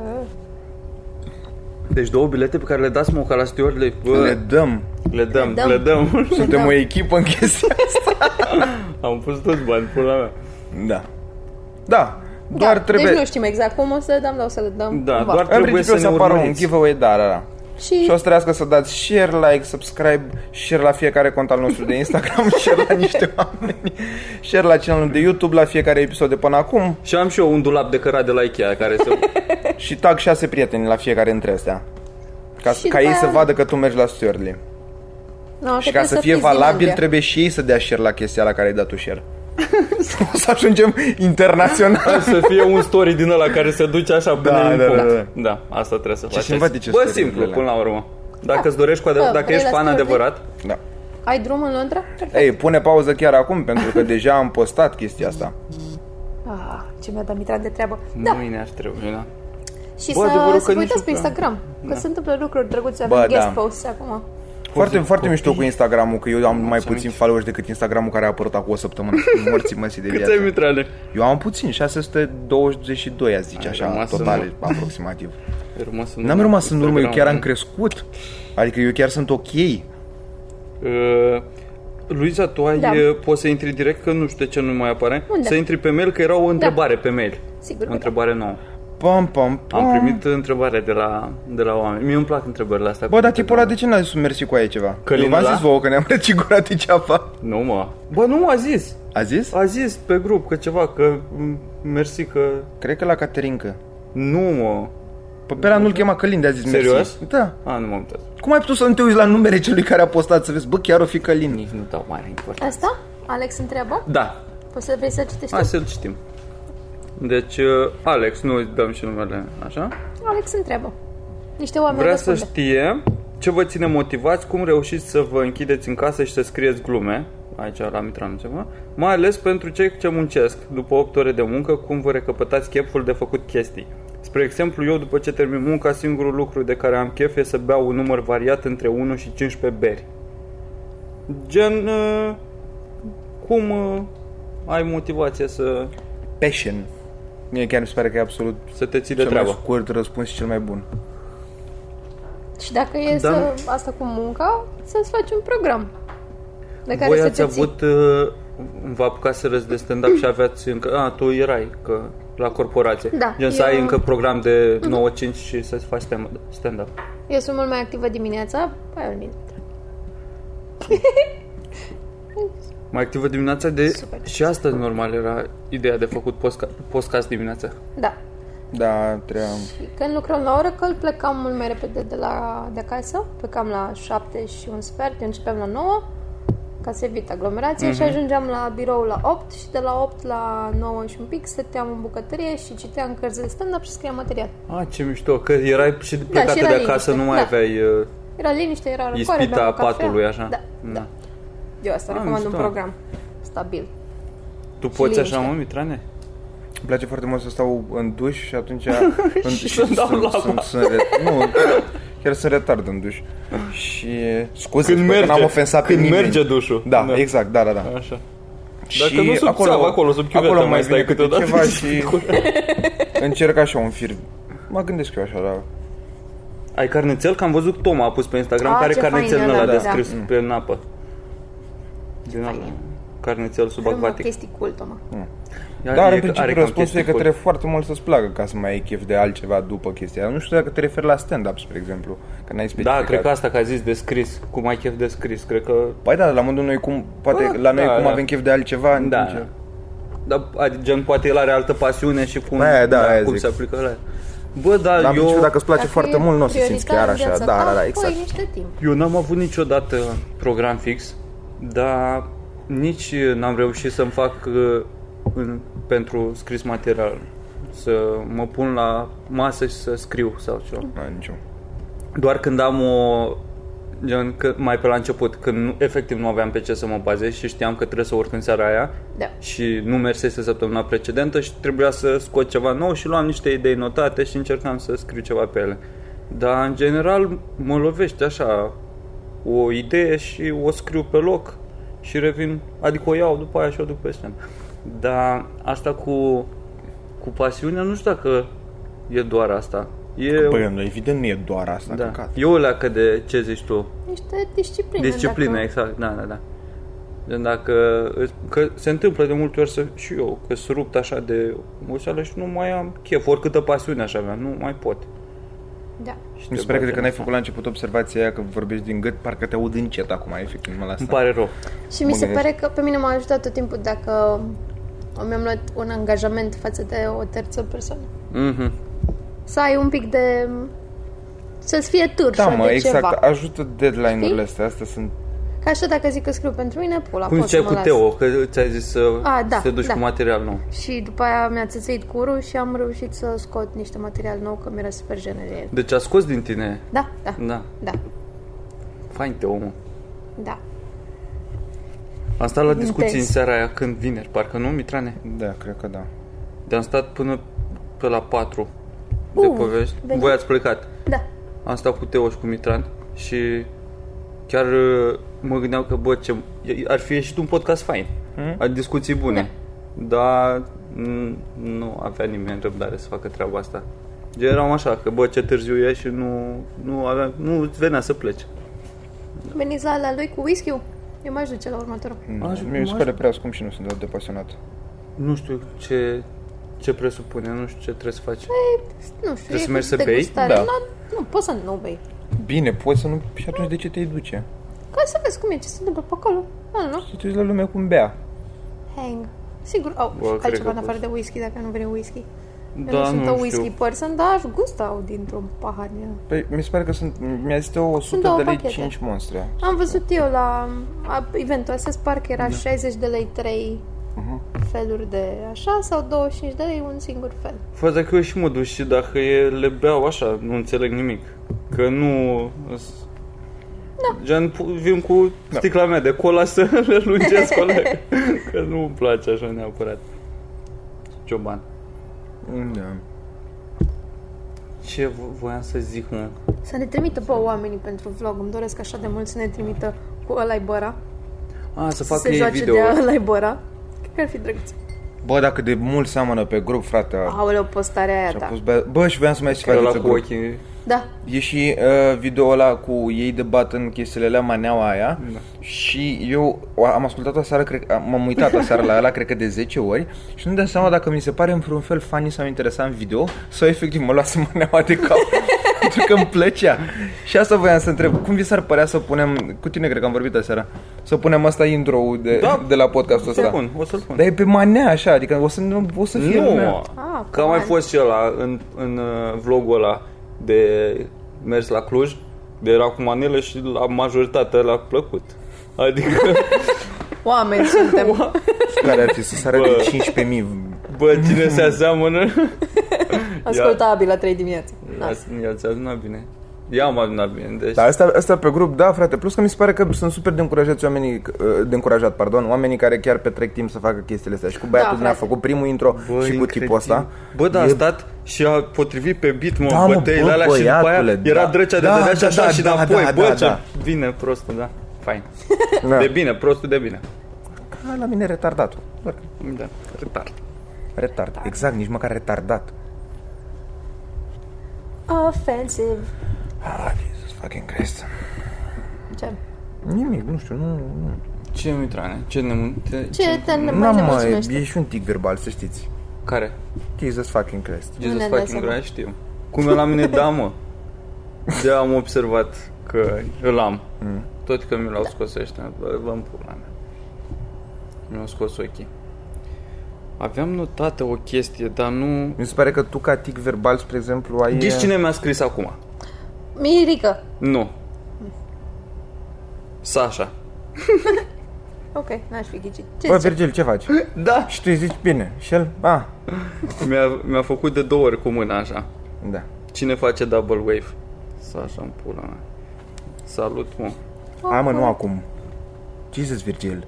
Speaker 4: Deci două bilete pe care le dați moca la Stuart Lee.
Speaker 2: Le
Speaker 4: Bă,
Speaker 2: dăm.
Speaker 4: le dăm,
Speaker 3: dăm.
Speaker 4: le dăm.
Speaker 3: Da.
Speaker 2: Suntem o echipă în chestia asta.
Speaker 4: Am pus toți bani până la mea.
Speaker 2: Da. Da. Doar
Speaker 3: da,
Speaker 2: trebuie...
Speaker 3: Deci nu știm exact cum o să le dăm, dar o să le dăm
Speaker 4: Da,
Speaker 3: cumva.
Speaker 4: doar-
Speaker 2: în
Speaker 4: Trebuie să
Speaker 2: principiu o să
Speaker 4: ne
Speaker 2: apară un
Speaker 4: urmăriți.
Speaker 2: giveaway, da, da, da.
Speaker 3: Și,
Speaker 2: Și o să trească să dați share, like, subscribe, share la fiecare cont al nostru de Instagram, share la niște oameni, share la canalul de YouTube, la fiecare episod de până acum
Speaker 4: Și am și eu un dulap de cărat de la Ikea care să...
Speaker 2: și tag șase prieteni la fiecare dintre astea. Ca,
Speaker 3: Și
Speaker 2: ca
Speaker 3: după
Speaker 2: ei să
Speaker 3: aia-
Speaker 2: vadă că tu mergi la Stirling.
Speaker 3: no,
Speaker 2: Și ca să fie valabil, trebuie și ei să dea share la chestia la care ai dat tu share. o să ajungem internațional.
Speaker 4: să fie un story din ăla care se duce așa până
Speaker 2: Da,
Speaker 4: în
Speaker 2: da,
Speaker 4: punct.
Speaker 2: da, da.
Speaker 4: da, asta trebuie să faci.
Speaker 2: simpatice
Speaker 4: Bă,
Speaker 2: story-urile
Speaker 4: simplu,
Speaker 2: alea.
Speaker 4: până la urmă. Dacă îți dorești cu adevărat,
Speaker 3: Da. Bă,
Speaker 4: dacă
Speaker 3: vrei
Speaker 4: ești
Speaker 3: la
Speaker 4: fan
Speaker 3: story?
Speaker 4: adevărat,
Speaker 2: Da.
Speaker 3: Ai drum în Londra?
Speaker 2: Ei, pune pauză chiar acum, pentru că deja am postat chestia asta.
Speaker 3: Ah, ce mi-a dat mitran de treabă. Da,
Speaker 4: mâine ar trebui, da.
Speaker 3: și
Speaker 4: Bă,
Speaker 3: să,
Speaker 4: adevărul
Speaker 3: să
Speaker 4: că
Speaker 3: vă
Speaker 4: nici
Speaker 3: uitați
Speaker 4: nu
Speaker 3: pe
Speaker 4: prea-
Speaker 3: Instagram, că
Speaker 4: Da.
Speaker 3: se întâmplă lucruri drăguțe,
Speaker 2: Bă,
Speaker 3: avem guest
Speaker 2: da.
Speaker 3: posts acum.
Speaker 2: Foarte, foarte mișto cu Instagramul, că eu am mai puțin followers decât Instagramul care a apărut acum o săptămână. Morții măsii de
Speaker 4: Cât ai
Speaker 2: viață.
Speaker 4: mitrale?
Speaker 2: Eu am puțin, 622, a zice
Speaker 4: Ai
Speaker 2: așa,
Speaker 4: rămas în
Speaker 2: total,
Speaker 4: urmă.
Speaker 2: aproximativ.
Speaker 4: Ai Rămas în
Speaker 2: N-am
Speaker 4: urmă
Speaker 2: rămas
Speaker 4: cu
Speaker 2: în urmă, eu chiar am
Speaker 4: Instagram-ul.
Speaker 2: crescut. Adică eu chiar sunt ok.
Speaker 4: Uh, Luiza, tu ai,
Speaker 3: Da.
Speaker 4: uh, poți să intri direct, că nu știu de ce nu mai apare,
Speaker 3: Unde? Da.
Speaker 4: să intri pe mail, că era o întrebare pe mail.
Speaker 3: Sigur că
Speaker 4: O
Speaker 3: da.
Speaker 4: întrebare nouă.
Speaker 2: Pam, pam, pam.
Speaker 4: Am primit întrebare de la, de la oameni. Mie îmi plac întrebările astea.
Speaker 2: Bă, dar
Speaker 4: primite
Speaker 2: tipul
Speaker 4: de
Speaker 2: ăla
Speaker 4: la
Speaker 2: de ce n-a zis un mersi cu aia ceva? Că
Speaker 4: Călin
Speaker 2: eu v-am
Speaker 4: ăla?
Speaker 2: zis vouă că ne-am răcigurat degeaba.
Speaker 4: Nu, mă. Bă, nu a zis.
Speaker 2: A zis?
Speaker 4: A zis pe grup că ceva, că m, mersi că...
Speaker 2: Cred că la Caterinca.
Speaker 4: Nu, mă.
Speaker 2: Pe pe ăla nu-l chema Călin, de-a zis mersi.
Speaker 4: Serios?
Speaker 2: Da.
Speaker 4: A, nu m-am uitat.
Speaker 2: Cum ai putut să nu te uiți la numere celui care a postat să vezi? Bă, chiar o fi Călin.
Speaker 4: Nici nu dau mare importanță.
Speaker 3: da. Asta? Alex întreabă?
Speaker 4: Da,
Speaker 3: Poți să vrei să citești?
Speaker 4: hai
Speaker 3: tu?
Speaker 4: să-l citim. Deci, uh, Alex, nu îi dăm și numele, așa?
Speaker 3: Alex întreabă. Niște oameni
Speaker 4: Vrea să
Speaker 3: răspunde.
Speaker 4: știe ce vă ține motivați, cum reușiți să vă închideți în casă și să scrieți glume, aici la Mitran ceva, mai ales pentru cei ce muncesc, după 8 ore de muncă, cum vă recăpătați cheful de făcut chestii. Spre exemplu, eu după ce termin munca, singurul lucru de care am chef e să beau un număr variat între 1 și 15 beri. Gen, uh, cum uh, ai motivație să,
Speaker 2: Passion. Mie chiar mi se pare că e absolut
Speaker 4: să te ții de
Speaker 2: cel mai
Speaker 4: treabă?
Speaker 2: scurt răspuns și cel mai bun.
Speaker 3: Și dacă e
Speaker 4: Da.
Speaker 3: să, asta cu munca, să-ți faci un program de care
Speaker 4: Voi
Speaker 3: să
Speaker 4: ați
Speaker 3: te ții.
Speaker 4: avut, uh, vă apucaserăți de stand-up și aveați încă, a, tu erai că, la corporație.
Speaker 3: Da,
Speaker 4: Gen să
Speaker 3: eu- Mhm.
Speaker 4: ai încă program de 9-5 și să-ți faci stand- stand-up.
Speaker 3: Eu sunt mult mai activă dimineața, hai un minut.
Speaker 4: Mai activă dimineața de...
Speaker 3: Super.
Speaker 4: Și astăzi normal era ideea de făcut postca- podcast dimineața.
Speaker 3: Da.
Speaker 2: Da, tream.
Speaker 3: Și când lucrăm la oră, că plecam mult mai repede de, la, de acasă, plecam la 7 și un sfert, eu începeam la 9, ca să evit aglomerație mm-hmm.
Speaker 4: Mhm.
Speaker 3: și ajungeam la birou la 8 și de la 8 la 9 și un pic stăteam în bucătărie și citeam cărți de stand-up și scriam material.
Speaker 4: A, ce mișto, că erai și plecată
Speaker 3: Da, și era
Speaker 4: de acasă,
Speaker 3: liniște,
Speaker 4: nu mai
Speaker 3: da.
Speaker 4: aveai uh,
Speaker 3: Era liniște, era răcoare,
Speaker 4: ispita
Speaker 3: beam o cafea.
Speaker 4: patului, așa.
Speaker 3: Da, da. Eu asta
Speaker 4: Ah,
Speaker 3: recomand un
Speaker 4: mișto.
Speaker 3: program stabil.
Speaker 4: Tu poți
Speaker 3: liniște.
Speaker 4: așa, mă, Mitrane?
Speaker 2: Îmi place foarte mult să stau în duș și atunci... în, și
Speaker 4: să-mi dau
Speaker 2: sunt,
Speaker 4: lapa.
Speaker 2: sunt, sunt re- Nu, chiar- chiar sunt retard în duș. Și scuze,
Speaker 4: Când
Speaker 2: sper că
Speaker 4: merge.
Speaker 2: n-am ofensat
Speaker 4: Când
Speaker 2: pe nimeni.
Speaker 4: merge dușul.
Speaker 2: Da,
Speaker 4: Da.
Speaker 2: exact, da, da, da.
Speaker 4: Așa. Dacă nu sub țeavă, acolo, sub chiuvetă, mai stai
Speaker 2: vine câte
Speaker 4: câteodată
Speaker 2: ceva
Speaker 4: și
Speaker 2: și încerc așa un fir. Mă gândesc eu așa da. la...
Speaker 4: Ai carnețel? Că am văzut că Toma a pus pe Instagram
Speaker 3: A,
Speaker 4: care
Speaker 3: Ah, ce
Speaker 4: carnețel
Speaker 3: fain
Speaker 4: în
Speaker 3: e
Speaker 4: ăla
Speaker 3: ăla,
Speaker 4: de
Speaker 3: da.
Speaker 2: Mm.
Speaker 4: scris pe în apă. Din
Speaker 3: fain
Speaker 4: apă.
Speaker 3: e.
Speaker 4: Carnețel
Speaker 3: Rămân
Speaker 4: subacvatic.
Speaker 3: chestii cultă, mă.
Speaker 4: Ia-
Speaker 2: Dar
Speaker 4: e-
Speaker 2: în principiu
Speaker 4: are cam
Speaker 2: răspunsul e
Speaker 4: chestii
Speaker 2: că
Speaker 4: cool.
Speaker 2: trebuie foarte mult să-ți placă ca să mai ai chef de altceva după chestia. Nu știu dacă te referi la stand-up, spre exemplu, că n-ai specificat.
Speaker 4: Da, cred că asta că a zis de scris, cum ai chef de scris, cred că...
Speaker 2: Păi da, la modul noi cum, poate
Speaker 4: Bă,
Speaker 2: la noi
Speaker 4: da,
Speaker 2: cum
Speaker 4: da.
Speaker 2: avem chef de altceva, în
Speaker 4: Da.
Speaker 2: timp ce-
Speaker 4: Da, adică, gen, poate el are altă pasiune și cum,
Speaker 2: Aia, da, aia
Speaker 4: cum
Speaker 2: zic.
Speaker 4: se aplică la Bă, dar
Speaker 2: Dar
Speaker 4: eu,
Speaker 2: eu, dacă îți place
Speaker 3: Dacă
Speaker 2: foarte
Speaker 3: e
Speaker 2: mult, nu o să simți
Speaker 3: prioritar
Speaker 2: chiar
Speaker 3: în
Speaker 2: așa.
Speaker 3: viața
Speaker 2: Da, da,
Speaker 3: ta, păi-
Speaker 2: da, exact.
Speaker 3: Pui niște timp.
Speaker 4: eu n-am avut niciodată program fix, dar nici n-am reușit să-mi fac uh, în, pentru scris material. Să mă pun la masă și să scriu sau ceva.
Speaker 2: Da, nicio.
Speaker 4: Doar când am o gen, că, mai pe la început, când nu- efectiv nu aveam pe ce să mă bazez și știam că trebuie să urc în seara aia
Speaker 3: Da.
Speaker 4: și nu mersese săptămâna precedentă și trebuia să scot ceva nou și luam niște idei notate și încercam să scriu ceva pe ele. Dar în general mă lovește așa o idee și o scriu pe loc și revin, adică o iau după aia și o duc pe scenă. Dar asta cu, cu pasiunea nu știu dacă e doar asta. E
Speaker 2: Păi, nu, evident nu e doar asta,
Speaker 4: da.
Speaker 2: căcat.
Speaker 4: E o leacă de ce zici tu?
Speaker 3: Niște discipline.
Speaker 4: Disciplină,
Speaker 3: dacă-
Speaker 4: exact, da, da, da. Gen dacă, îți- că se întâmplă de multe ori să, și eu, că sunt rupt așa de oboseală și nu mai am chef, oricâtă pasiune aș avea, nu mai pot.
Speaker 3: Da.
Speaker 2: Mi se pare că de când ai făcut la început observația aia că vorbești din gât, parcă te aud încet acum, efectiv, mă las.
Speaker 4: Îmi pare rău.
Speaker 3: Și mi
Speaker 2: Mă
Speaker 3: se
Speaker 2: gândesc.
Speaker 3: pare că pe mine m-a ajutat tot timpul dacă mi-am luat un angajament față de o terță persoană.
Speaker 4: Mhm.
Speaker 3: Să ai un pic de... Să-ți fie turșă
Speaker 2: Da, mă,
Speaker 3: de
Speaker 2: exact,
Speaker 3: ceva.
Speaker 2: ajută deadline-urile
Speaker 3: Știi?
Speaker 2: astea, astea sunt...
Speaker 3: Ca așa dacă zic că scriu pentru mine, pula,
Speaker 4: Cum
Speaker 3: pot să
Speaker 4: ziceai
Speaker 3: mă
Speaker 4: cu
Speaker 3: las.
Speaker 4: Teo, că ți-ai zis să
Speaker 3: A, da,
Speaker 4: să te duci
Speaker 3: da.
Speaker 4: cu material nou.
Speaker 3: Și după aia mi-a țățăit curul și am reușit să scot niște material nou, că mi-era super jenă de el.
Speaker 4: Deci a scos din tine.
Speaker 3: Da, da,
Speaker 4: Da.
Speaker 3: da,
Speaker 4: Fain Teo, mă.
Speaker 3: da.
Speaker 4: Am stat la discuții în
Speaker 3: Intens.
Speaker 4: seara aia când vineri, parcă nu, Mitrane?
Speaker 2: Da, cred că da.
Speaker 4: De-am stat până pe la 4 de
Speaker 3: Uh,
Speaker 4: povești.
Speaker 3: vezi.
Speaker 4: Voi ați plecat.
Speaker 3: Da.
Speaker 4: Am stat cu Teo și cu Mitran și chiar uh, mă gândeam că, bă, ce, ar fi ieșit un podcast fain. Hmm?
Speaker 3: Mhm.
Speaker 4: Ar discuții bune.
Speaker 3: Da.
Speaker 4: Dar n- nu avea nimeni răbdare să facă treaba asta. Eu eram așa, că bă, ce târziu e și nu, nu aveam, nu îți venea să pleci.
Speaker 3: Veniți la, la lui cu whisky Eu m-aș duce la următorul.
Speaker 4: Aș-
Speaker 2: Mi se
Speaker 4: m-aș-
Speaker 2: pare prea scump și nu sunt atât de pasionat.
Speaker 4: Nu știu ce, ce presupune, nu știu ce trebuie să faci.
Speaker 3: Păi, Nu știu,
Speaker 4: să
Speaker 3: e
Speaker 4: mergi să bei?
Speaker 3: degustare.
Speaker 2: Da.
Speaker 3: La, nu, poți să nu bei.
Speaker 2: Bine, poți să nu... Și atunci de ce te-ai duce?
Speaker 3: Ca să vezi cum e, ce se întâmplă pe acolo. Nu, nu, nu.
Speaker 2: Să te uiți la lumea cum bea.
Speaker 3: Hang. Sigur, au
Speaker 4: Bă,
Speaker 3: oh,
Speaker 4: cred că
Speaker 3: altceva în afară
Speaker 4: poți.
Speaker 3: de whisky, dacă nu vrei whisky. Eu
Speaker 4: Da,
Speaker 3: nu sunt
Speaker 4: nu
Speaker 3: o whisky
Speaker 4: știu.
Speaker 3: person, dar aș gusta dintr-un pahar. din-
Speaker 2: Păi, mi se pare că sunt... Mi-a zis o 100
Speaker 3: două
Speaker 2: de lei
Speaker 3: pachete.
Speaker 2: 5 monstre.
Speaker 3: Am văzut eu la a, eventul ăsta, parcă era da. 60 de lei 3 feluri de așa sau 25 de lei un singur fel.
Speaker 4: Fă dacă eu și mă duc și dacă e, le beau așa, nu înțeleg nimic. Că nu... Da. Gen, pu- vin cu sticla mea de cola să le lungesc acolo. că nu îmi place așa neapărat. Cioban.
Speaker 2: Da.
Speaker 4: Ce vo- voiam să zic, mă?
Speaker 3: Să ne trimită pe oamenii pentru vlog. Îmi doresc așa de mult să ne trimită cu ăla băra.
Speaker 4: A, să
Speaker 3: Să
Speaker 4: fac
Speaker 3: se
Speaker 4: ei
Speaker 3: joace
Speaker 4: video.
Speaker 3: de ăla băra. Cred că ar fi drăguț.
Speaker 2: Bă, dacă de mult seamănă pe grup, frate,
Speaker 4: Da.
Speaker 3: Aoleu, postarea aia,
Speaker 2: și-a
Speaker 3: Ah, da.
Speaker 2: pus bea... Bă, și voiam să mai zic ceva
Speaker 4: Ăla
Speaker 2: despre
Speaker 4: cu
Speaker 2: grup.
Speaker 4: ochii.
Speaker 3: Da,
Speaker 2: E și uh, video ăla cu ei de bat în chestiile alea, maneaua aia da. Și eu o- am ascultat aseară, cred, am- m-am uitat aseară la ăla, cred că de 10 ori Și nu-mi dam seama dacă mi se pare în vreun fel funny sau interesant video Sau efectiv mă luase maneaua de cap Pentru că îmi plăcea Și asta voiam să întreb, cum vi s-ar părea să punem, cu tine cred că am vorbit aseară Să punem asta intro de,
Speaker 4: Da.
Speaker 2: da. de la podcastul
Speaker 4: Să-l
Speaker 2: ăsta
Speaker 4: pun, o să-l pun.
Speaker 2: Dar e pe manea așa, adică o să, o să fie
Speaker 4: Nu,
Speaker 2: lumea.
Speaker 4: mă.
Speaker 3: Ah,
Speaker 4: Că a mai
Speaker 3: fun.
Speaker 4: fost și ăla în, în uh, vlogul ăla de mers la Cluj, de era cu manele și la majoritatea l-a plăcut. Adică,
Speaker 3: oameni suntem.
Speaker 2: Care ar fi să sară
Speaker 4: Bă.
Speaker 2: de 15.000
Speaker 4: bă, cine se aseamănă?
Speaker 3: Asculta Abi la 3 dimineața. Da.
Speaker 4: I-ați adunat bine. Eu am adunat bine, deci...
Speaker 2: Da, asta, asta pe grup, da, frate. Plus că mi se pare că sunt super de încurajați oamenii, de încurajat, pardon, oamenii care chiar petrec timp să facă chestiile astea. Și cu băiatul din a
Speaker 3: Da, frate.
Speaker 2: făcut primul intro
Speaker 4: Bă,
Speaker 2: și cu
Speaker 4: incredibil.
Speaker 2: tipul ăsta.
Speaker 4: Bă, da, a stat și a potrivit pe beat, mă,
Speaker 2: Da, mă,
Speaker 4: bătăile
Speaker 2: bă,
Speaker 4: alea și după aia
Speaker 2: băiatule,
Speaker 4: era
Speaker 2: da.
Speaker 4: drăcea de
Speaker 2: Da,
Speaker 4: dădea și
Speaker 2: da,
Speaker 4: așa
Speaker 2: da,
Speaker 4: și
Speaker 2: da,
Speaker 4: înapoi,
Speaker 2: da,
Speaker 4: bă,
Speaker 2: da,
Speaker 4: ce
Speaker 2: da.
Speaker 4: bine, prostul, da, fain.
Speaker 2: Da.
Speaker 4: De bine, prostul de bine.
Speaker 2: Ca la mine retardatul. Doar că
Speaker 4: Da, retard.
Speaker 3: Da.
Speaker 2: Retard. Exact, nici măcar retardat.
Speaker 3: Offensive.
Speaker 2: Ah, Jesus fucking Christ.
Speaker 3: Ce?
Speaker 2: Nimic, nu știu, nu... nu.
Speaker 4: Ce mitrane? Ce ne...
Speaker 3: Ce te mai
Speaker 2: N-am
Speaker 3: ne
Speaker 2: mai...
Speaker 3: mulțumește?
Speaker 2: E și un tic verbal, să știți.
Speaker 4: Care?
Speaker 2: Jesus fucking Christ.
Speaker 4: Jesus
Speaker 3: ne dai
Speaker 4: fucking
Speaker 3: seama.
Speaker 4: Christ, știu. Cum e la mine, da, mă. De am observat că îl am. Tot că mi l-au scos ăștia. Bă, vă pula mea. Mi-au scos ochii. Aveam notată o chestie, dar nu...
Speaker 2: Mi se pare că tu ca tic verbal, spre exemplu, ai...
Speaker 4: Ghici cine mi-a scris acum?
Speaker 3: Mirica.
Speaker 4: Nu. Sasha.
Speaker 3: Ok, n-aș fi ghicit. Ce
Speaker 2: Bă,
Speaker 3: zice?
Speaker 2: Virgil, ce faci?
Speaker 4: Da.
Speaker 2: Și tu îi zici bine. Și el... Ah, A,
Speaker 4: Mi-a, mi-a făcut de două ori cu mâna așa.
Speaker 2: da.
Speaker 4: Cine face double wave? Sasha, în pula mea. Salut, mă.
Speaker 3: Oh,
Speaker 2: A, mă, nu acum. Jesus, Virgil.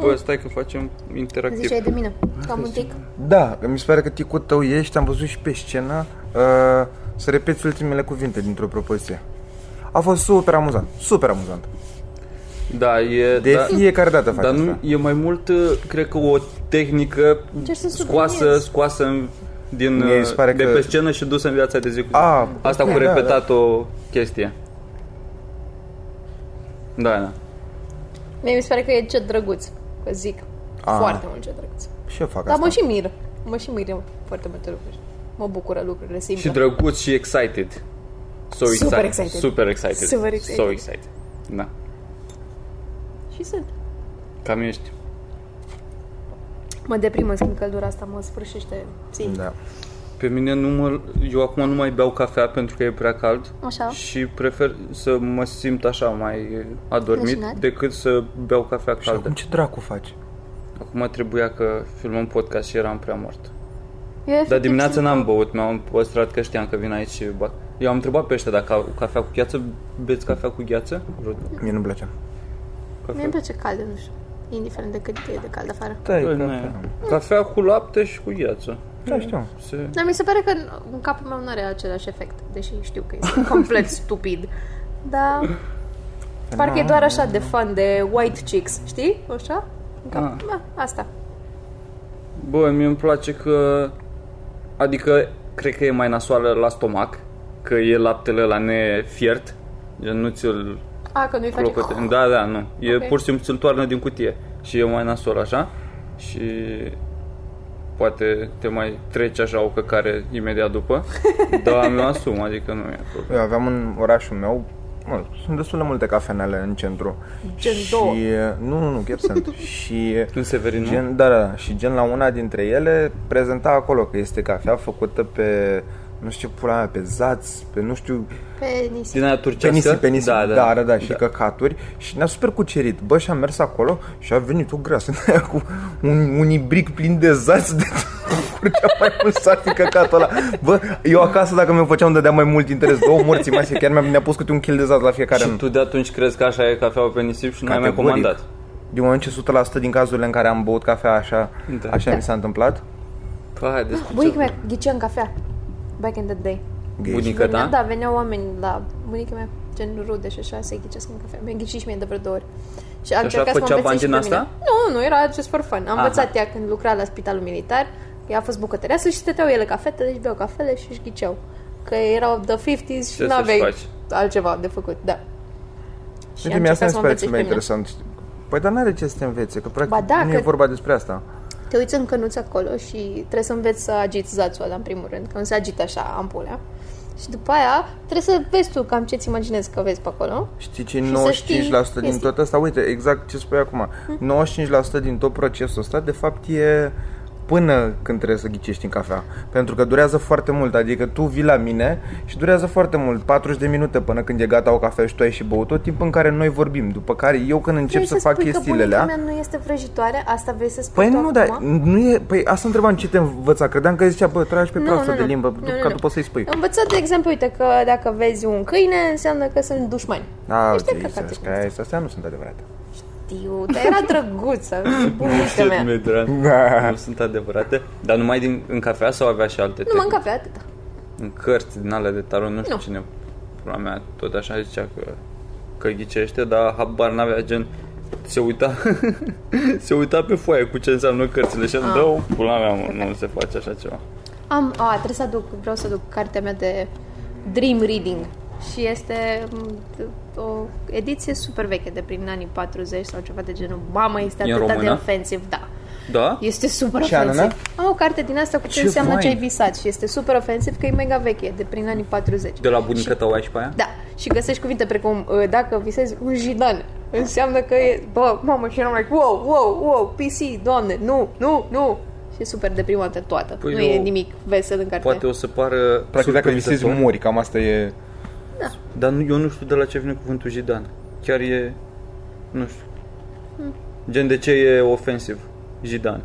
Speaker 4: Bă, stai că facem interactiv.
Speaker 3: Mm. Ziceai de mine. Cam un tic.
Speaker 2: Da, mi se pare că ticul tău ești, am văzut și pe scenă uh, să repeți ultimele cuvinte dintr-o propoziție. A fost super amuzant, super amuzant.
Speaker 4: Da, e...
Speaker 2: De
Speaker 4: da,
Speaker 2: fiecare dată fac
Speaker 4: Dar
Speaker 2: asta.
Speaker 4: nu, e mai mult, uh, cred că o tehnică
Speaker 3: Încerci să
Speaker 4: scoasă,
Speaker 3: subliniezi.
Speaker 4: scoasă în- din,
Speaker 2: Mie mi
Speaker 4: uh,
Speaker 2: se pare
Speaker 4: de
Speaker 2: că-
Speaker 4: pe scenă și dusă în viața de zi cu zi.
Speaker 2: A,
Speaker 4: Asta cu
Speaker 2: da,
Speaker 4: repetat o chestie. Da, da.
Speaker 3: Mie mi se pare că e ce drăguț. Că zic
Speaker 2: Ah.
Speaker 3: foarte mult ce drăguț.
Speaker 2: da, Și eu fac
Speaker 3: Dar
Speaker 2: asta.
Speaker 3: mă și mir. Mă și mir foarte multe lucruri. Mă bucură lucrurile
Speaker 4: Și
Speaker 3: simple.
Speaker 4: drăguț și excited. So
Speaker 3: Da.
Speaker 4: excited.
Speaker 3: Super excited.
Speaker 4: Super excited.
Speaker 3: Super excited.
Speaker 4: So excited. Da.
Speaker 3: Și sunt.
Speaker 4: Cam ești.
Speaker 3: Mă deprimă, în schimb, căldura asta mă sfârșește. Zi.
Speaker 2: Da.
Speaker 4: Pe mine nu mă, eu acum nu mai beau cafea pentru că e prea cald
Speaker 3: Așa.
Speaker 4: și prefer să mă simt așa mai adormit
Speaker 3: Leșinat?
Speaker 4: decât să beau cafea
Speaker 2: Și acum
Speaker 4: caldă.
Speaker 2: ce dracu faci?
Speaker 4: Acum trebuia că filmăm podcast și eram prea mort.
Speaker 3: Eu efectiv
Speaker 4: Dar dimineața
Speaker 3: sunt-
Speaker 4: n-am băut, mi-am păstrat că știam că vin aici și bat. Eu am întrebat pe ăștia dacă au cafea cu gheață, beți cafea cu gheață? Vreodată?
Speaker 2: Mie nu-mi place.
Speaker 3: Mie îmi place caldă, nu știu. Indiferent de cât e de cald afară.
Speaker 2: Da, e
Speaker 4: Păi,
Speaker 2: că-
Speaker 4: nu e. Cafea cu lapte și cu gheață.
Speaker 2: Da, știu.
Speaker 4: Se...
Speaker 3: Dar mi se pare că în- în capul meu nu are același efect, deși știu că este complet stupid. Dar parcă e doar așa de fan de white chicks, știi? Așa? În cap...
Speaker 4: Ah.
Speaker 3: Da, asta.
Speaker 4: Bă, mie îmi place că... Adică, cred că e mai nasoală la stomac, că e laptele la nefiert, gen nu ți-l
Speaker 3: A, că nu-i face...
Speaker 4: clocote. Da, da, nu. E
Speaker 3: Adică Ok.
Speaker 4: pur și simplu ți-l toarnă din cutie și e mai nasol așa și poate te mai treci așa o căcare imediat după, dar mi-o asum, adică nu e acolo.
Speaker 2: Eu aveam în orașul meu, mă, sunt destul de multe cafenele în centru.
Speaker 3: Gen
Speaker 2: și, uh,
Speaker 3: două.
Speaker 2: Nu, nu, nu, chiar sunt. și uh,
Speaker 4: În Severin, nu?
Speaker 2: gen, da, da, da, și gen la una dintre ele prezenta acolo că este cafea făcută pe nu știu ce pula mea, pe zați, pe nu știu
Speaker 3: Pe nisip.
Speaker 4: Din aia turcească?
Speaker 2: penisip, penisip,
Speaker 4: da, da,
Speaker 2: da, da, și căcaturi și ne-a super cucerit. Bă, și am mers acolo și a venit o grasă în aia cu un, un ibric plin de zați de curgea mai mult s-ar fi căcatul ăla. Bă, eu acasă dacă mi-o făceam dădea mai mult interes. Două morții mai se chiar mi-a, mi-a pus câte un kil de zați la fiecare.
Speaker 4: Și tu de atunci crezi că așa e cafeaua pe nisip și nu ai mai
Speaker 2: Categoric.
Speaker 4: comandat.
Speaker 2: Din moment ce 100% din cazurile în care am băut cafea așa,
Speaker 4: Da.
Speaker 2: așa mi s-a întâmplat.
Speaker 4: Păi, hai, despre
Speaker 3: Bunica
Speaker 4: ce...
Speaker 3: mea ghicea în cafea. Back in the day.
Speaker 4: Bunică, da?
Speaker 3: Venea- da, veneau oameni la bunica mea, gen rude și așa, se ghicesc în cafea. Mi-a ghicit și mie de vreo două ori. Și a încercat să mă
Speaker 4: făcea
Speaker 3: învețe și
Speaker 4: bani din
Speaker 3: pe mine.
Speaker 4: asta?
Speaker 3: Nu, nu, era just for fun. Am
Speaker 4: Aha.
Speaker 3: învățat ea când lucra la spitalul militar. Ea a fost bucătăreasă și stăteau ele ca fete, deci beau cafele și își ghiceau. Că erau the 50s și
Speaker 4: Ce
Speaker 3: nu aveai
Speaker 4: să-și
Speaker 3: altceva de făcut, da. Și
Speaker 2: Uite,
Speaker 3: a
Speaker 2: mie asta
Speaker 3: încercat
Speaker 2: mi
Speaker 3: să
Speaker 2: se pare cel
Speaker 3: mă învețe și
Speaker 2: mai
Speaker 3: pe mine.
Speaker 2: interesant. Păi dar n-are ce să te învețe, că practic
Speaker 3: Ba da,
Speaker 2: nu
Speaker 3: că-
Speaker 2: e vorba despre asta.
Speaker 3: Te uiți în cănuț acolo și trebuie să înveți să agiți zațul ăla în primul rând, că nu se agită așa ampulea. Și după aia trebuie să vezi tu cam ce-ți imaginezi că vezi pe acolo.
Speaker 2: Știi ce e
Speaker 3: Și
Speaker 2: 95%
Speaker 3: să știi
Speaker 2: din
Speaker 3: chestii. Hm?
Speaker 2: tot asta? Uite, exact ce spui acum. 95% din tot procesul ăsta, de fapt, e până când trebuie să ghicești în cafea. Pentru că durează foarte mult. Adică tu vii la mine și durează foarte mult. 40 de minute până când e gata o cafea și tu ai și băut. Tot timpul în care noi vorbim. După care eu când încep
Speaker 3: Vrei
Speaker 2: să fac
Speaker 3: spui
Speaker 2: chestiile
Speaker 3: că bunica
Speaker 2: alea...
Speaker 3: mea nu este vrăjitoare? Asta vrei să spui
Speaker 2: Păi nu,
Speaker 3: tu acum?
Speaker 2: dar nu e... Păi asta întrebam ce te învăța. Credeam că zicea, bă, tragi pe proastă de limbă
Speaker 3: nu,
Speaker 2: dup-
Speaker 3: nu,
Speaker 2: ca
Speaker 3: nu.
Speaker 2: după să-i spui.
Speaker 3: Învățat, de exemplu, uite că dacă vezi un câine, înseamnă că sunt dușmani.
Speaker 2: Da,
Speaker 3: Niște
Speaker 2: Jesus,
Speaker 3: căcaturi
Speaker 2: că astea- astea nu sunt adevărate.
Speaker 3: Tiu, dar era drăguță, bunica mea.
Speaker 4: mi-e drag.
Speaker 2: Da.
Speaker 4: Nu sunt adevărate. Dar numai din, în cafea sau avea și alte
Speaker 3: Nu mă
Speaker 4: tehnici?
Speaker 3: încapea atâta.
Speaker 4: În cărți din alea de tarot, nu știu
Speaker 3: Nu.
Speaker 4: cine, pula mea, tot așa zicea că, că ghicește, dar habar n-avea gen... Se uita, se uita pe foaie cu ce înseamnă cărțile și am dă o pula mea, mă, nu se face așa ceva.
Speaker 3: Am, a, trebuie să aduc, vreau să aduc cartea mea de Dream Reading și este m, o ediție super veche de prin anii 40 sau ceva de genul. Mamă, este
Speaker 4: E în
Speaker 3: atât de
Speaker 4: română?
Speaker 3: ofensiv, da.
Speaker 4: Da?
Speaker 3: Este super
Speaker 2: Ce anume?
Speaker 3: ofensiv. Am o carte din asta cu ce,
Speaker 2: Ce
Speaker 3: înseamnă
Speaker 2: fain!
Speaker 3: ce ai visat și este super ofensiv că e mega veche, de prin anii 40.
Speaker 4: De la bunica ta o ai și pe aia?
Speaker 3: Da, și găsești cuvinte precum "Ă, dacă visezi un jidan, înseamnă că e, bă, mamă, și eram like, wow, wow, wow, PC, doamne, nu, nu, nu. Și e super deprimantă toată.
Speaker 4: Păi
Speaker 3: nu
Speaker 4: eu-
Speaker 3: e nimic vesel în carte.
Speaker 4: Poate o să pară
Speaker 2: Practic dacă visezi
Speaker 4: surprinzător,
Speaker 2: mori, cam asta e...
Speaker 4: Dar nu, eu nu știu de la ce vine cuvântul jidan. Chiar e... Nu știu. Hm. Gen de ce e ofensiv jidan.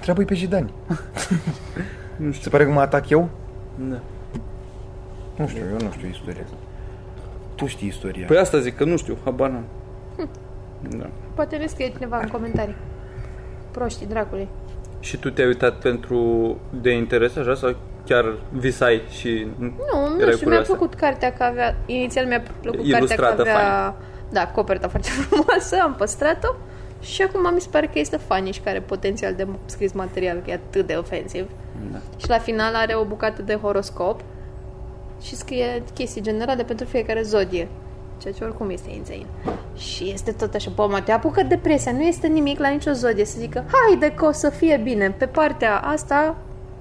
Speaker 2: Trebuie pe jidani. nu știu. Se pare că mă atac eu?
Speaker 4: Da.
Speaker 2: Nu știu, eu nu știu istoria. Tu știi istoria.
Speaker 4: Păi asta zic, că nu știu, habar n-am. Da.
Speaker 3: Poate ne scrie cineva în comentarii. Proștii dracului.
Speaker 4: Și tu te-ai uitat pentru de interes așa sau chiar visai și
Speaker 3: Nu, nu
Speaker 4: erai
Speaker 3: știu, mi-a
Speaker 4: curioasă?
Speaker 3: plăcut cartea că avea... Inițial mi-a plăcut
Speaker 4: Ilustrată,
Speaker 3: cartea că avea... Da, coperta foarte frumoasă, am păstrat-o. Și acum mi se pare că este funny și că are potențial de scris material, că e atât de ofensiv.
Speaker 4: Da.
Speaker 3: Și la final are o bucată de horoscop și scrie chestii generale pentru fiecare zodie. Ceea ce oricum este insane. Și este tot așa, bă, mă, te apucă depresia, nu este nimic la nicio zodie să zică, haide că o să fie bine, pe partea asta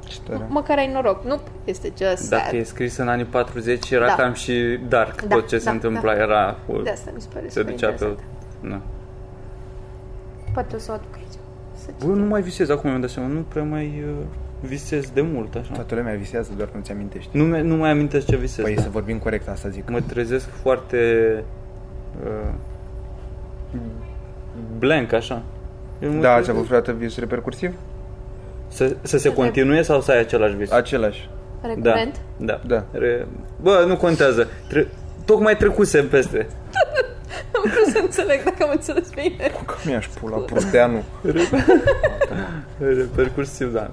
Speaker 2: Ce
Speaker 4: Da.
Speaker 2: tare.
Speaker 3: Măcar ai noroc. Nu este just
Speaker 4: Dacă e
Speaker 3: sad.
Speaker 4: scris în anii 40 era
Speaker 3: Da.
Speaker 4: cam și dark
Speaker 3: Da,
Speaker 4: tot ce se
Speaker 3: da,
Speaker 4: întâmpla
Speaker 3: da.
Speaker 4: era
Speaker 3: De asta mi se pare
Speaker 4: Păi, se
Speaker 3: super
Speaker 4: ducea pe
Speaker 3: interesant.
Speaker 4: nu.
Speaker 3: Poate o să o aduc aici. Să
Speaker 4: Bă, nu mai visez acum, mi-am dat seama, nu prea mai uh, visez de mult așa.
Speaker 2: Toată lumea visează, doar nu-ți amintești.
Speaker 4: Nu, mi- nu mai amintesc ce visez.
Speaker 2: Păi să vorbim corect, asta zic.
Speaker 4: Mă trezesc foarte uh, blank așa. Eu mă
Speaker 2: Da,
Speaker 4: trezesc-
Speaker 2: ați avut vreodată visuri percursiv?
Speaker 4: Să, să se continue sau să ai același vis?
Speaker 2: Același.
Speaker 4: da,
Speaker 3: Recurent.
Speaker 4: da.
Speaker 2: Da.
Speaker 4: Re... Bă, nu contează. Tre... Tocmai trecusem peste. Da.
Speaker 3: Am vrut să înțeleg dacă am înțeles bine.
Speaker 2: Că mi-aș pula prosteanu.
Speaker 4: Repercursiv, da.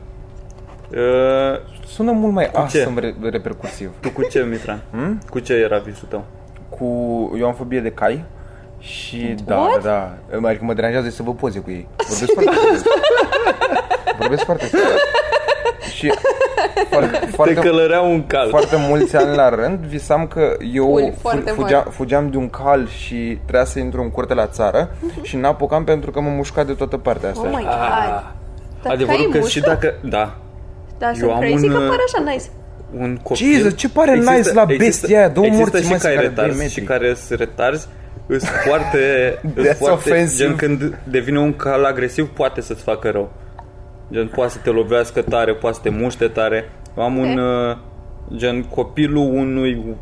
Speaker 4: Uh,
Speaker 2: Sună mult mai
Speaker 4: ce?
Speaker 2: awesome re- repercursiv.
Speaker 4: tu cu ce, Mitran? Hmm? Cu ce era visul tău?
Speaker 2: Cu... Eu am fobie de cai. Și da,
Speaker 3: What?
Speaker 2: da, da. Adică mă deranjează să vă poze cu ei. Vorbesc foarte serios. Vorbesc foarte serios. Și foarte,
Speaker 4: Te
Speaker 2: foarte,
Speaker 4: călărea un cal.
Speaker 2: foarte mulți ani la rând visam că eu
Speaker 3: Cool, foarte
Speaker 2: fugeam,
Speaker 3: mult.
Speaker 2: fugeam de un cal și trebuia să intru în curte la țară și n-apucam pentru că mă mușca de toată partea asta.
Speaker 3: Oh my god.
Speaker 4: Ah.
Speaker 3: Dar
Speaker 4: Adevărul
Speaker 3: caii
Speaker 4: că
Speaker 3: mușcă?
Speaker 4: și dacă... Da.
Speaker 3: Da, sunt
Speaker 4: am
Speaker 3: crazy
Speaker 4: un,
Speaker 3: că
Speaker 4: uh,
Speaker 3: par așa nice.
Speaker 4: un copil.
Speaker 2: Jesus, ce pare nice la bestia aia, două
Speaker 4: există
Speaker 2: morți,
Speaker 4: și
Speaker 2: mă,
Speaker 4: care
Speaker 2: care doi
Speaker 4: retarzi
Speaker 2: metri.
Speaker 4: și care sunt retarzi. Îs foarte, îs
Speaker 2: That's
Speaker 4: foarte
Speaker 2: offensive.
Speaker 4: gen când devine un cal agresiv, poate să-ți facă rău. Gen, poate să te lovească tare, poate să te muște tare. Eu Am un, uh, gen, copilul unui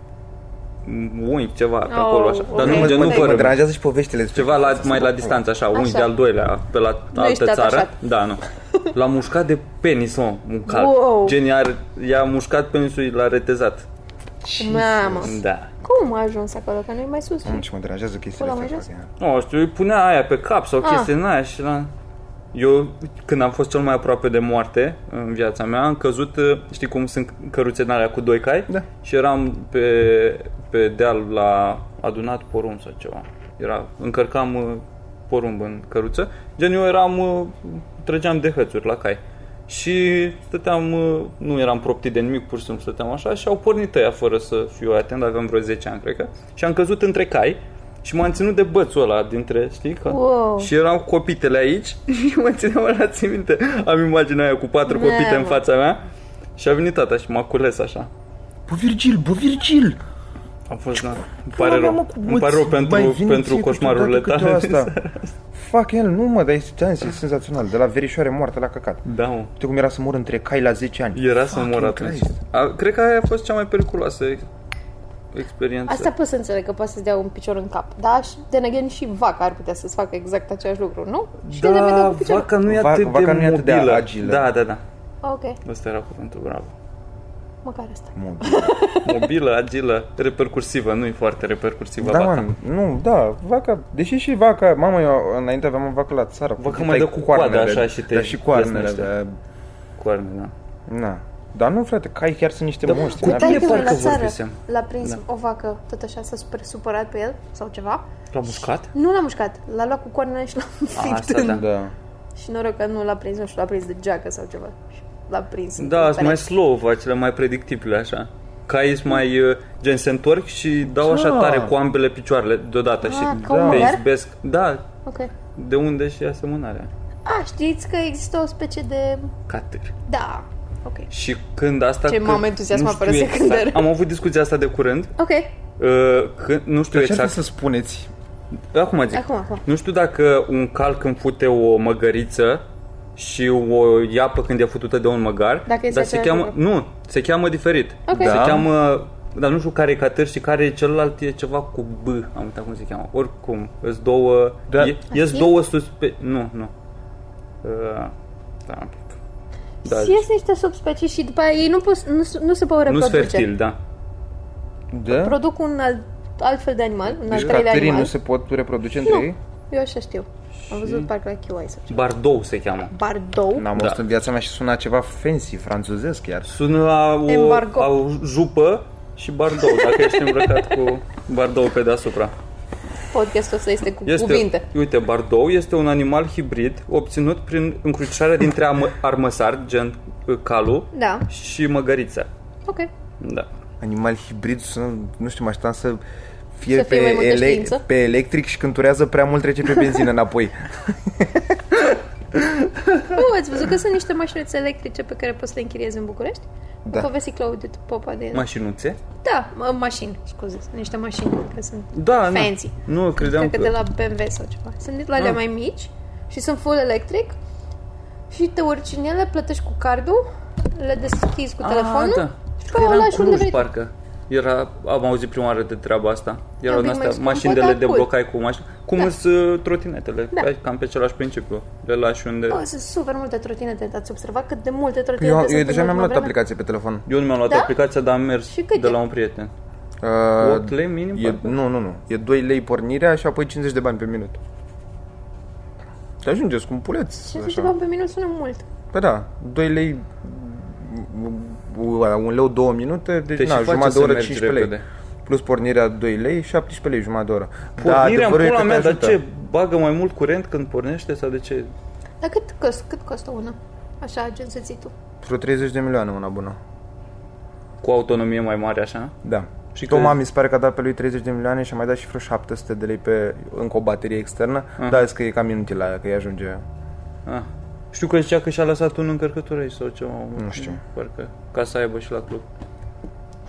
Speaker 4: unchi, ceva, pe
Speaker 3: Oh,
Speaker 4: acolo, așa. Dar
Speaker 3: ok.
Speaker 4: nu,
Speaker 2: Mă,
Speaker 4: gen, nu
Speaker 2: mă, mă
Speaker 4: fără.
Speaker 2: deranjează și poveștile despre
Speaker 4: Ceva la,
Speaker 2: asta.
Speaker 4: mai la distanță, așa, unchi
Speaker 3: Așa.
Speaker 4: de-al doilea, pe la
Speaker 3: ești
Speaker 4: altă țară.
Speaker 3: atașat.
Speaker 4: Da, nu. L-a mușcat de penis, om, un cal.
Speaker 3: Wow.
Speaker 4: Gen, i-a, i-a mușcat penisul, l-a retezat.
Speaker 3: Mamă.
Speaker 4: Da.
Speaker 3: Cum a ajuns acolo? Că nu e mai sus.
Speaker 2: Mamă, ce Deci mă deranjează chestiile
Speaker 3: Pula,
Speaker 2: astea.
Speaker 3: mai
Speaker 2: fac, ia.
Speaker 4: Nu știu, îi punea aia pe cap sau
Speaker 3: Ah.
Speaker 4: chestii din aia și la... Eu, când am fost cel mai aproape de moarte în viața mea, am căzut, uh, știi cum sunt căruțe din alea cu doi cai?
Speaker 2: Da.
Speaker 4: Și eram pe, pe deal la adunat porumb sau ceva. Era, încărcam uh, porumb în căruță. Gen, eu eram, uh, trăgeam de hățuri la cai. Și stăteam, uh, nu eram proptit de nimic, pur și simplu stăteam așa și au pornit ăia fără să fiu atent, aveam vreo 10 ani, cred că. Și am căzut între cai și m-am ținut de bățul ăla dintre, știi? Că...
Speaker 3: Wow.
Speaker 4: Și erau copitele aici și mă țineam la țin minte. Am imaginea aia cu patru
Speaker 3: Mamă.
Speaker 4: copite în fața mea și a venit tata și m-a cules așa.
Speaker 2: Bă, Virgil, bă, Virgil!
Speaker 4: A fost, da. Îmi
Speaker 2: Pula
Speaker 4: pare
Speaker 2: mea, mă,
Speaker 4: rău.
Speaker 2: cu
Speaker 4: Îmi pare rău
Speaker 2: băți, mai
Speaker 4: pentru,
Speaker 2: vine
Speaker 4: pentru
Speaker 2: ție cu
Speaker 4: coșmarurile
Speaker 2: ciudate câte
Speaker 4: tale.
Speaker 2: Asta. Fuck el, nu mă, dar este, ți-am zis, e senzațional. De la verișoare moarte la căcat.
Speaker 4: Da, mă.
Speaker 2: Uite cum era să mor între cai la 10 ani.
Speaker 4: Era să
Speaker 2: Fucking
Speaker 4: mor atunci.
Speaker 2: Christ.
Speaker 4: A, cred că aia a fost cea mai periculoasă ex- experiență.
Speaker 3: Asta pot să înțeleg că poate să-ți dea un picior în cap. Da, și de again și vaca ar putea să-ți facă exact același lucru, nu? Și el le vede
Speaker 4: da,
Speaker 3: cu piciorul.
Speaker 4: vaca nu e
Speaker 2: Va-
Speaker 4: atât
Speaker 2: vaca
Speaker 4: de
Speaker 2: nu e atât de
Speaker 4: mobilă.
Speaker 2: agilă.
Speaker 4: Da, da, da.
Speaker 3: Ah, Ok,
Speaker 4: Asta era cuvântul, bravo.
Speaker 3: măcar asta.
Speaker 2: Mă,
Speaker 4: Mobilă, agilă, repercursivă, nu e foarte repercursivă
Speaker 2: Da,
Speaker 4: vaca.
Speaker 2: man, nu, da, vaca, deși și vaca, mamă, eu înainte aveam o vacă la țară.
Speaker 4: Vaca
Speaker 2: puteai
Speaker 4: mai dă cu coada așa și te
Speaker 2: Dar și coarnele,
Speaker 4: desnește.
Speaker 2: da,
Speaker 4: Coarne, da.
Speaker 2: na. Dar nu, frate, cai chiar sunt niște monștri.
Speaker 4: cu
Speaker 2: n-am-
Speaker 4: tine-
Speaker 3: Taică meu
Speaker 4: parcă
Speaker 3: la țară
Speaker 4: vorbisem. Da.
Speaker 3: l-a prins o vacă, tot așa s-a super supărat pe el sau ceva.
Speaker 4: L-a mușcat?
Speaker 3: Nu l-a mușcat, l-a luat cu coarnele și l-a înfipt
Speaker 4: asta,
Speaker 3: în...
Speaker 4: da.
Speaker 2: Da.
Speaker 3: Și noroc că nu l-a prins, nu știu, l-a prins de geacă sau ceva. Și L-a prins. în
Speaker 4: Da,
Speaker 3: pereche.
Speaker 4: sunt mai slow, acele mai predictibile, așa. Caii sunt mai, uh, gen, se întorc și dau așa
Speaker 2: Da.
Speaker 4: tare cu ambele picioarele deodată și
Speaker 3: ca un
Speaker 4: te
Speaker 3: vulgar?
Speaker 4: izbesc. Da,
Speaker 3: Ok.
Speaker 4: de unde și asemănarea.
Speaker 3: A, știți că există o specie de...
Speaker 4: Catâr.
Speaker 3: Da. Ok.
Speaker 4: Și când asta...
Speaker 3: Ce
Speaker 4: că-
Speaker 3: mamă entuziasm
Speaker 4: nu
Speaker 3: a
Speaker 4: știu
Speaker 3: apărut
Speaker 4: exact.
Speaker 3: secundar.
Speaker 4: Am avut discuția asta de curând.
Speaker 3: Ok.
Speaker 4: Uh, Când, nu știu
Speaker 2: Ce
Speaker 4: exact.
Speaker 2: să spuneți?
Speaker 4: Acum zic.
Speaker 3: Acum, acum.
Speaker 4: Nu știu dacă un cal când fute o măgăriță și o ia pe când e futută de un măgar,
Speaker 3: Dacă este
Speaker 4: dar se
Speaker 3: același
Speaker 4: cheamă, nu, se cheamă diferit.
Speaker 3: Ok.
Speaker 4: Se
Speaker 3: Da.
Speaker 4: cheamă, dar nu știu care e catâr și care e celălalt, e ceva cu B, am uitat cum se cheamă. Oricum, îs două,
Speaker 2: Da.
Speaker 4: e, ies
Speaker 3: fi?
Speaker 4: două suspe... Nu, nu. Uh, da. Da,
Speaker 3: Și ies niște subspecii și după aia ei nu, pot, nu, nu se pot
Speaker 4: nu
Speaker 3: reproduce.
Speaker 4: sunt fertil, da.
Speaker 2: Da?
Speaker 3: Produc un alt, altfel de animal, un
Speaker 2: Deci
Speaker 3: al treilea
Speaker 2: cacterii
Speaker 3: animal.
Speaker 2: nu se pot reproduce între ei?
Speaker 3: Eu așa știu. Am văzut parcă la QI sau ceva.
Speaker 4: Bardou se cheamă.
Speaker 3: Bardou.
Speaker 4: Da.
Speaker 2: N-am auzit în viața mea și suna ceva fancy, franțuzesc chiar.
Speaker 4: Sună la o,
Speaker 3: Embargo.
Speaker 4: la o jupă și bardou, dacă ești îmbrăcat cu bardou pe deasupra.
Speaker 3: Podcastul ăsta este cu
Speaker 4: Este,
Speaker 3: cuvinte.
Speaker 4: Uite, bardou este un animal hibrid obținut prin încrucișarea dintre am- armăsar, gen uh, calu,
Speaker 3: Da.
Speaker 4: și măgărița.
Speaker 3: Ok.
Speaker 4: Da.
Speaker 2: Animal hibrid, sună, nu știu, mă așteptam să fie,
Speaker 3: Să fie mai
Speaker 2: pe,
Speaker 3: multă știință?
Speaker 2: pe electric și când turează prea mult trece pe benzină înapoi.
Speaker 3: Bă, Ați văzut că sunt niște mașinuțe electrice pe care poți să le închiriezi în București?
Speaker 2: Da.
Speaker 3: Da. Povesti Claudiu Popa de ele.
Speaker 4: Mașinuțe?
Speaker 3: Da, mă, mașini, scuze, sunt niște mașini, că sunt
Speaker 4: Da, nu.
Speaker 3: fancy.
Speaker 4: Nu, credeam
Speaker 3: Cred că de
Speaker 4: că...
Speaker 3: la BMW sau ceva. Sunt la alea
Speaker 4: Da, Ah.
Speaker 3: mai mici și sunt full electric și te urci în ele, plătești cu cardul, le deschizi cu telefonul
Speaker 4: da.
Speaker 3: și
Speaker 4: Că
Speaker 3: pe
Speaker 4: era
Speaker 3: ăla
Speaker 4: în
Speaker 3: și unde
Speaker 4: Cluj,
Speaker 3: vrei. tu.
Speaker 4: parcă. Era, am auzit prima oară de treaba asta. Erau
Speaker 3: pic
Speaker 4: din
Speaker 3: mai
Speaker 4: astea,
Speaker 3: scumpă,
Speaker 4: mașini de
Speaker 3: dar
Speaker 4: le
Speaker 3: cool.
Speaker 4: deblocai cu mașini. Cum
Speaker 3: Da.
Speaker 4: da. sunt trotinetele,
Speaker 3: Da.
Speaker 4: da. cam pe același principiu. Le lași unde...
Speaker 3: Bă, sunt super multe trotinete, ați observat cât de multe trotinete
Speaker 2: Păi Eu,
Speaker 3: sunt
Speaker 2: eu
Speaker 3: în
Speaker 2: deja mi-am
Speaker 3: ultima
Speaker 2: luat
Speaker 3: vreme?
Speaker 2: aplicație pe telefon.
Speaker 4: Eu nu mi-am luat
Speaker 3: Da?
Speaker 4: aplicația, dar am mers
Speaker 3: Și cât
Speaker 4: de
Speaker 3: e?
Speaker 4: la un prieten.
Speaker 2: Uh,
Speaker 4: 8 lei minim,
Speaker 2: E,
Speaker 4: parcă?
Speaker 2: nu, nu, nu. E 2 lei pornirea și apoi 50 de bani pe minut. Te ajungeți cu un puleț.
Speaker 3: 50 de
Speaker 2: așa.
Speaker 3: bani pe minut sună mult.
Speaker 2: Păi da, 2 lei, mm, un leu 2 minute, deci
Speaker 4: Te și
Speaker 2: na,
Speaker 4: face
Speaker 2: jumătate de
Speaker 4: să
Speaker 2: oră
Speaker 4: mergi
Speaker 2: 15 lei.
Speaker 4: repede.
Speaker 2: Plus pornirea 2 lei, 17 lei jumătate de oră.
Speaker 4: Pornirea
Speaker 2: Da, adevărul
Speaker 4: în
Speaker 2: e
Speaker 4: pula
Speaker 2: că te
Speaker 4: mea, dar
Speaker 2: ajută.
Speaker 4: ce? Bagă mai mult curent când pornește sau de ce?
Speaker 3: Dar cât, cost, cât costă una? Așa, gen să ții tu.
Speaker 2: Vreo 30 de milioane una bună.
Speaker 4: Cu autonomie mai mare așa?
Speaker 2: Da. Și
Speaker 4: Și
Speaker 2: Toma
Speaker 4: crezi-
Speaker 2: mi se pare că a dat pe lui 30 de milioane și a mai dat și vreo 700 de lei pe încă o baterie externă.
Speaker 4: Ah.
Speaker 2: Da, zic că e cam inutil aia, că îi ajunge.
Speaker 4: Ah. Știu că zicea că și-a lăsat un încărcător aici sau ceva. Nu
Speaker 2: știu.
Speaker 4: Parcă, ca să aibă și la club.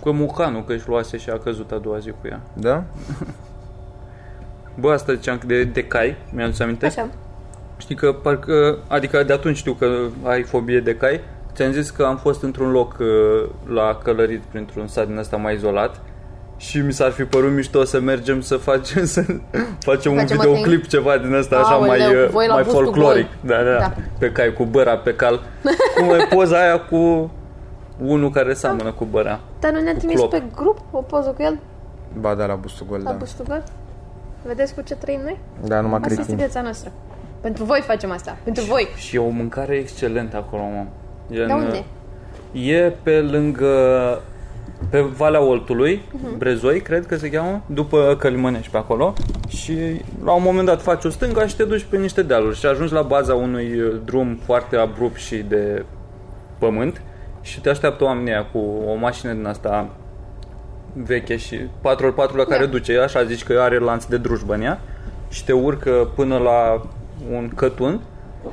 Speaker 4: Cu mucanul că își luase și a căzut a doua zi cu ea.
Speaker 2: Da?
Speaker 4: Bă, asta ziceam că de, de cai, mi-am dus aminte.
Speaker 3: Așa.
Speaker 4: Știi că parcă, adică de atunci știu că ai fobie de cai. Ți-am zis că am fost într-un loc uh, la călărit printr-un sat din ăsta mai izolat și mi s-ar fi părut mișto să mergem să facem să facem un
Speaker 3: Facem o
Speaker 4: videoclip
Speaker 3: thing.
Speaker 4: ceva din ăsta așa
Speaker 3: Aoleu,
Speaker 4: mai uh,
Speaker 3: voi la
Speaker 4: mai
Speaker 3: bustul
Speaker 4: folcloric.
Speaker 3: gol.
Speaker 4: Da, da,
Speaker 3: Da.
Speaker 4: da. Pe cai cu băra pe cal. Cum e poza aia cu unul care seamănă cu băra.
Speaker 3: Dar nu ne-a
Speaker 4: Cu
Speaker 3: trimis
Speaker 4: Klopp.
Speaker 3: pe grup o poză cu el
Speaker 2: Ba da, la bustul gol,
Speaker 3: la
Speaker 2: da.
Speaker 3: Bustugan? Vedeți cu ce trăim noi?
Speaker 2: Da, numai
Speaker 3: Asta este
Speaker 2: cretin.
Speaker 3: viața noastră. Pentru voi facem asta. Pentru voi.
Speaker 4: Și uh, e o mâncare excelentă acolo, mă. Gen,
Speaker 3: Dar unde?
Speaker 4: E pe lângă pe Valea Oltului, Brezoi, cred că se cheamă, după Călimănești pe acolo și la un moment dat faci o stânga și te duci pe niște dealuri și ajungi la baza unui uh, drum foarte abrupt și de pământ și te așteaptă oamenii aia cu o mașină din asta veche și 4x4 la care
Speaker 3: Da.
Speaker 4: duce, așa zici că are lanț de drujbă în ea și te urcă până la un cătun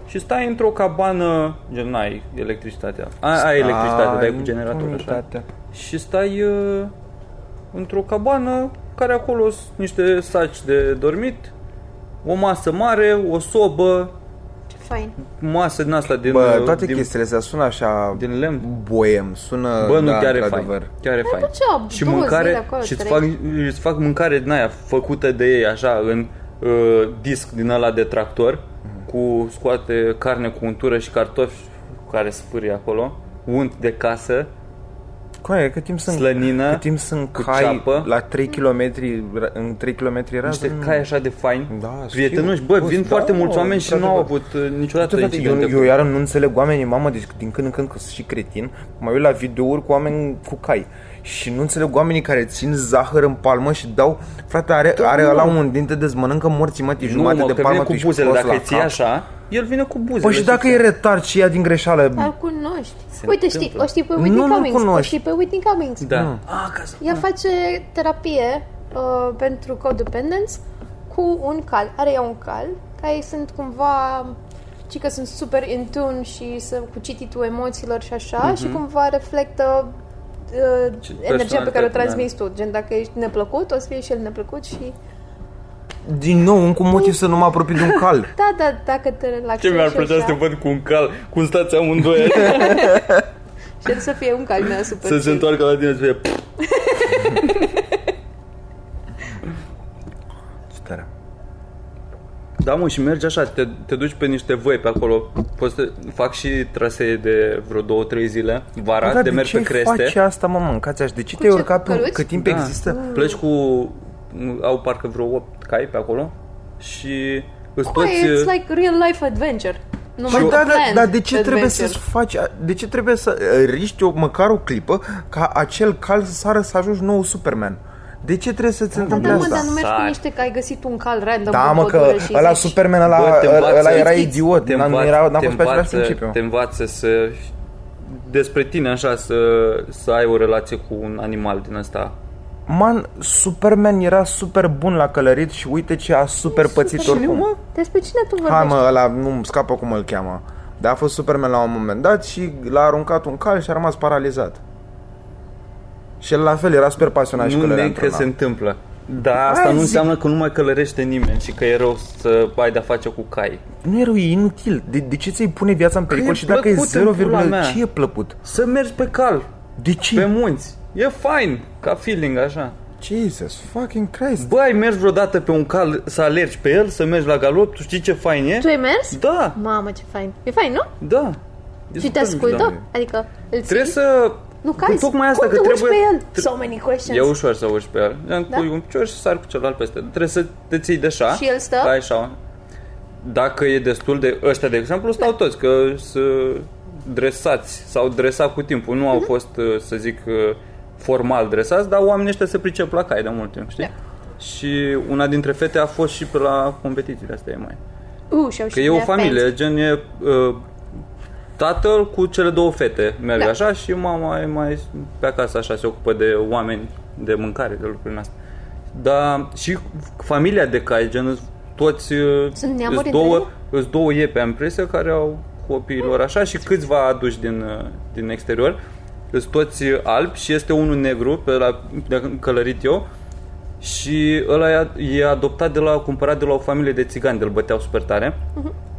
Speaker 4: și stai într-o cabană, gen n-ai electricitatea, ai, ai electricitate, dai cu generator așa
Speaker 2: Comunitate.
Speaker 4: și stai uh, într-o cabană care acolo sunt niște saci de dormit, o masă mare, o sobă,
Speaker 3: Ce fain.
Speaker 4: Da. masă din asta din,
Speaker 2: Bă,
Speaker 4: uh,
Speaker 2: toate
Speaker 4: din,
Speaker 2: chestiile astea sună așa
Speaker 4: din lemn.
Speaker 2: boem, sună
Speaker 4: Bă, nu,
Speaker 2: da,
Speaker 4: chiar e fain.
Speaker 2: într-adevăr.
Speaker 4: Chiar e fain.
Speaker 3: Dar duceau
Speaker 4: și
Speaker 3: două zile
Speaker 4: mâncare,
Speaker 3: acolo,
Speaker 4: și îți
Speaker 3: trei.
Speaker 4: fac, îți fac mâncare din aia făcută de ei așa în uh, disc din ăla de tractor
Speaker 2: Mhm.
Speaker 4: cu scoate carne cu untură și cartofi care sfârie acolo, unt de casă,
Speaker 2: Coaie, cât timp sunt
Speaker 4: Slănină
Speaker 2: cât timp sunt
Speaker 4: cu
Speaker 2: cai
Speaker 4: ceapă.
Speaker 2: la 3 km în 3 km rază.
Speaker 4: niște
Speaker 2: nu-
Speaker 4: cai așa de faini,
Speaker 2: Da, știu.
Speaker 4: prietenoși. Bă,
Speaker 2: Bă,
Speaker 4: vin
Speaker 2: da,
Speaker 4: foarte mulți oameni și nu au avut
Speaker 2: într-adevăr.
Speaker 4: uh, niciodată
Speaker 2: Totodată, Deci, eu,
Speaker 4: incidente.
Speaker 2: eu iar nu înțeleg oamenii, mamă, deci din când în când că sunt și cretin, mă uit la videouri cu oameni cu cai și nu înțeleg oamenii care țin zahăr în palmă și dau, frate, are, are
Speaker 4: Da, nu.
Speaker 2: ăla un dinte de mănâncă morții, mă, e
Speaker 4: nu,
Speaker 2: jumate
Speaker 4: mă,
Speaker 2: de
Speaker 4: că
Speaker 2: palmă,
Speaker 4: vine
Speaker 2: tu
Speaker 4: cu
Speaker 2: ești
Speaker 4: buzele,
Speaker 2: prost
Speaker 4: dacă
Speaker 2: la
Speaker 4: îi ții
Speaker 2: cap.
Speaker 4: așa, el vine cu buzele.
Speaker 2: Păi și dacă e retard și ia din
Speaker 4: Da.
Speaker 2: greșeală,
Speaker 3: Dar cunoști.
Speaker 4: Se
Speaker 3: Uite,
Speaker 4: întâmplă.
Speaker 3: știi, o știi pe
Speaker 2: Nu,
Speaker 3: Whitney
Speaker 2: nu-l
Speaker 3: Cummings. O
Speaker 2: cunoști.
Speaker 3: știi pe Whitney Cummings.
Speaker 4: Da. Ah, ca să...
Speaker 3: Ea face terapie uh, pentru codependenți cu un cal. Are ea un cal care sunt cumva ci că sunt super in tune și să cu cititul emoțiilor și așa și cumva reflectă uh,
Speaker 4: Mhm. Ce
Speaker 3: energia pe care
Speaker 4: personalitate,
Speaker 3: o
Speaker 4: da.
Speaker 3: transmiți tu. Gen, dacă ești neplăcut, o să fie și el neplăcut și...
Speaker 2: din nou, încă un motiv să nu mă apropii de un cal.
Speaker 3: Da, da, dacă te
Speaker 4: Ce
Speaker 3: relaxezi
Speaker 4: mi-ar
Speaker 3: și
Speaker 4: plăcea să
Speaker 3: așa,
Speaker 4: te văd cu un cal, cum stați amândoi așa.
Speaker 3: Și el să fie un cal meu super
Speaker 4: Să se
Speaker 3: chill.
Speaker 4: întoarcă la tine și să fie "Pf,
Speaker 2: Ce tare.
Speaker 4: Da, mă, și mergi așa, te, te duci pe niște voi pe acolo. Poți să fac și trasee de vreo două, trei zile. Vara, de
Speaker 2: Bă, Păi, da, de
Speaker 4: mergi
Speaker 2: ce
Speaker 4: pe creste.
Speaker 2: faci asta, mă, mâncați așa? De ce
Speaker 3: Cu
Speaker 2: te-ai
Speaker 3: ce,
Speaker 2: urcat pe
Speaker 3: căluți?
Speaker 2: cât timp
Speaker 4: da.
Speaker 2: există?
Speaker 4: Pleci cu... Au parcă vreo 8 cai pe acolo și îți uh,
Speaker 3: Păi,
Speaker 4: toți...
Speaker 3: it's like real life adventure. Nu mai
Speaker 2: Păi da, da,
Speaker 3: planned
Speaker 2: dar de ce trebuie
Speaker 3: adventure.
Speaker 2: să faci, de ce trebuie să uh, riști o, măcar o clipă ca acel cal să sară să ajungi nou Superman? De ce trebuie să-ți întâmple
Speaker 3: Da, mă,
Speaker 2: asta?
Speaker 3: dar nu mergi cu
Speaker 4: Sar.
Speaker 3: niște că ai găsit un cal random
Speaker 2: Da,
Speaker 3: în
Speaker 2: mă, că
Speaker 3: pădure și
Speaker 2: ăla
Speaker 3: zici,
Speaker 2: Superman, ăla,
Speaker 4: Bă, te
Speaker 2: ăla, ăla
Speaker 4: învață-
Speaker 2: era
Speaker 4: te
Speaker 2: idiot, n-a, nu
Speaker 4: învață-
Speaker 2: era, n-a
Speaker 4: te
Speaker 2: fost pe același
Speaker 4: învață-
Speaker 2: principiu.
Speaker 4: Te învață să despre tine așa să, să ai o relație cu un animal din asta
Speaker 2: Man, Superman era super bun la călărit și uite ce a super pățit
Speaker 3: Superman,
Speaker 2: oricum.
Speaker 3: Despre cine tu vorbești?
Speaker 2: Hai mă, ăla nu-mi scapă cum îl cheamă. Dar a fost Superman la un moment dat și l-a aruncat un cal și a rămas paralizat. Și el la fel era super pasionat și
Speaker 4: nu
Speaker 2: călărea
Speaker 4: ne că
Speaker 2: într-una.
Speaker 4: se întâmplă. Dar Da, asta
Speaker 2: Hai,
Speaker 4: nu
Speaker 2: zi.
Speaker 4: înseamnă că nu mai călărește nimeni și că e rău să ai de-a face cu cai.
Speaker 2: Nu era inutil. De, de ce ți-ai pune viața în pericol
Speaker 4: e
Speaker 2: și dacă e
Speaker 4: plăcut în
Speaker 2: 0,
Speaker 4: pula mea.
Speaker 2: ce e plăcut?
Speaker 4: Să mergi pe cal,
Speaker 2: De ce?
Speaker 4: pe munți. E fain, ca feeling așa.
Speaker 2: Jesus fucking Christ.
Speaker 4: Băi, ai mers vreodată pe un cal să alergi pe el, să mergi la galop, tu știi ce fain e?
Speaker 3: Tu ai mers?
Speaker 4: Da,
Speaker 3: Mamă, ce fain. E fain, nu?
Speaker 4: da. E
Speaker 3: Și te
Speaker 4: super mișto.
Speaker 3: ascultă? Adică îl
Speaker 4: Trebuie
Speaker 3: ții?
Speaker 4: să...
Speaker 3: Nu
Speaker 2: Păi
Speaker 3: cazi?
Speaker 4: Tocmai asta
Speaker 3: Cum
Speaker 4: că
Speaker 3: te urci
Speaker 4: trebuie...
Speaker 3: pe el? So many questions.
Speaker 4: E ușor să urci pe el. Ia
Speaker 3: Da?
Speaker 4: da? un picior și sar cu celălalt peste. Trebuie să te ții de șa.
Speaker 3: Și el stă?
Speaker 4: Ai șa. Dacă e destul de... Ăștia, de exemplu, stau
Speaker 3: Da.
Speaker 4: toți, că sunt dresați. S-au dresat cu timpul. Nu au
Speaker 3: Mhm.
Speaker 4: fost, uh, să zic, formal dresați, dar oamenii ăștia se pricep la cai de mult timp, știi?
Speaker 3: Da.
Speaker 4: Și una dintre fete a fost și pe la competițiile astea e mai.
Speaker 3: Uh, și-au
Speaker 4: Că e o familie, gen e uh, tatăl cu cele două fete merg
Speaker 3: Da.
Speaker 4: da. așa și mama e mai pe acasă așa, se ocupă de oameni, de mâncare, de lucrurile astea. Dar și familia de cai, gen îs toți uh,
Speaker 3: Sunt neamuri
Speaker 4: îs
Speaker 3: între
Speaker 4: două,
Speaker 3: ele?
Speaker 4: îs două iepe am impresia care au copiilor așa
Speaker 3: Mm.
Speaker 4: și câțiva aduși din, uh, din exterior. Sunt toți uh, albi și este unul negru pe la de când am călărit eu și ăla e ad- e adoptat de la, cumpărat de la o familie de țigani, de-l băteau super tare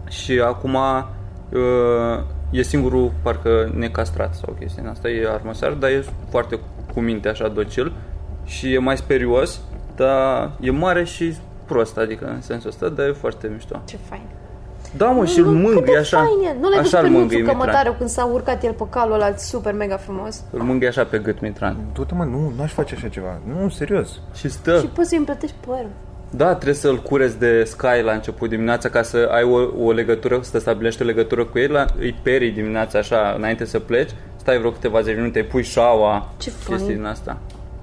Speaker 4: și acum uh, e singurul parcă necastrat sau chestia în asta, e armăsar, dar e foarte cu minte așa docil și e mai sperios, dar e mare și prost, adică în sensul ăsta, dar e foarte mișto.
Speaker 3: Ce fain.
Speaker 4: Da, mă, și îl
Speaker 3: Nu, Mm, cât de
Speaker 4: mângâi așa,
Speaker 3: fain e. Nu l-ai
Speaker 4: așa
Speaker 3: văzut
Speaker 4: îl
Speaker 3: pe
Speaker 4: mângâi
Speaker 3: Nițu că
Speaker 4: Mitran.
Speaker 3: mătară când s-a urcat el pe calul ăla super mega frumos.
Speaker 4: Îl mângâi așa pe gât Mitran.
Speaker 2: Du-te mă, nu, n-aș face așa ceva. Nu, serios.
Speaker 4: Și stă.
Speaker 3: Și poți să-i împlătești părul.
Speaker 4: Da, trebuie să-l curezi de Sky la început dimineața ca să ai o, o legătură, să stabilești o legătură cu el, la, îi perii dimineața așa înainte să pleci, stai vreo câteva 10 minute, îi pui șaua,
Speaker 3: Ce
Speaker 4: chestii
Speaker 3: fain.
Speaker 4: din asta.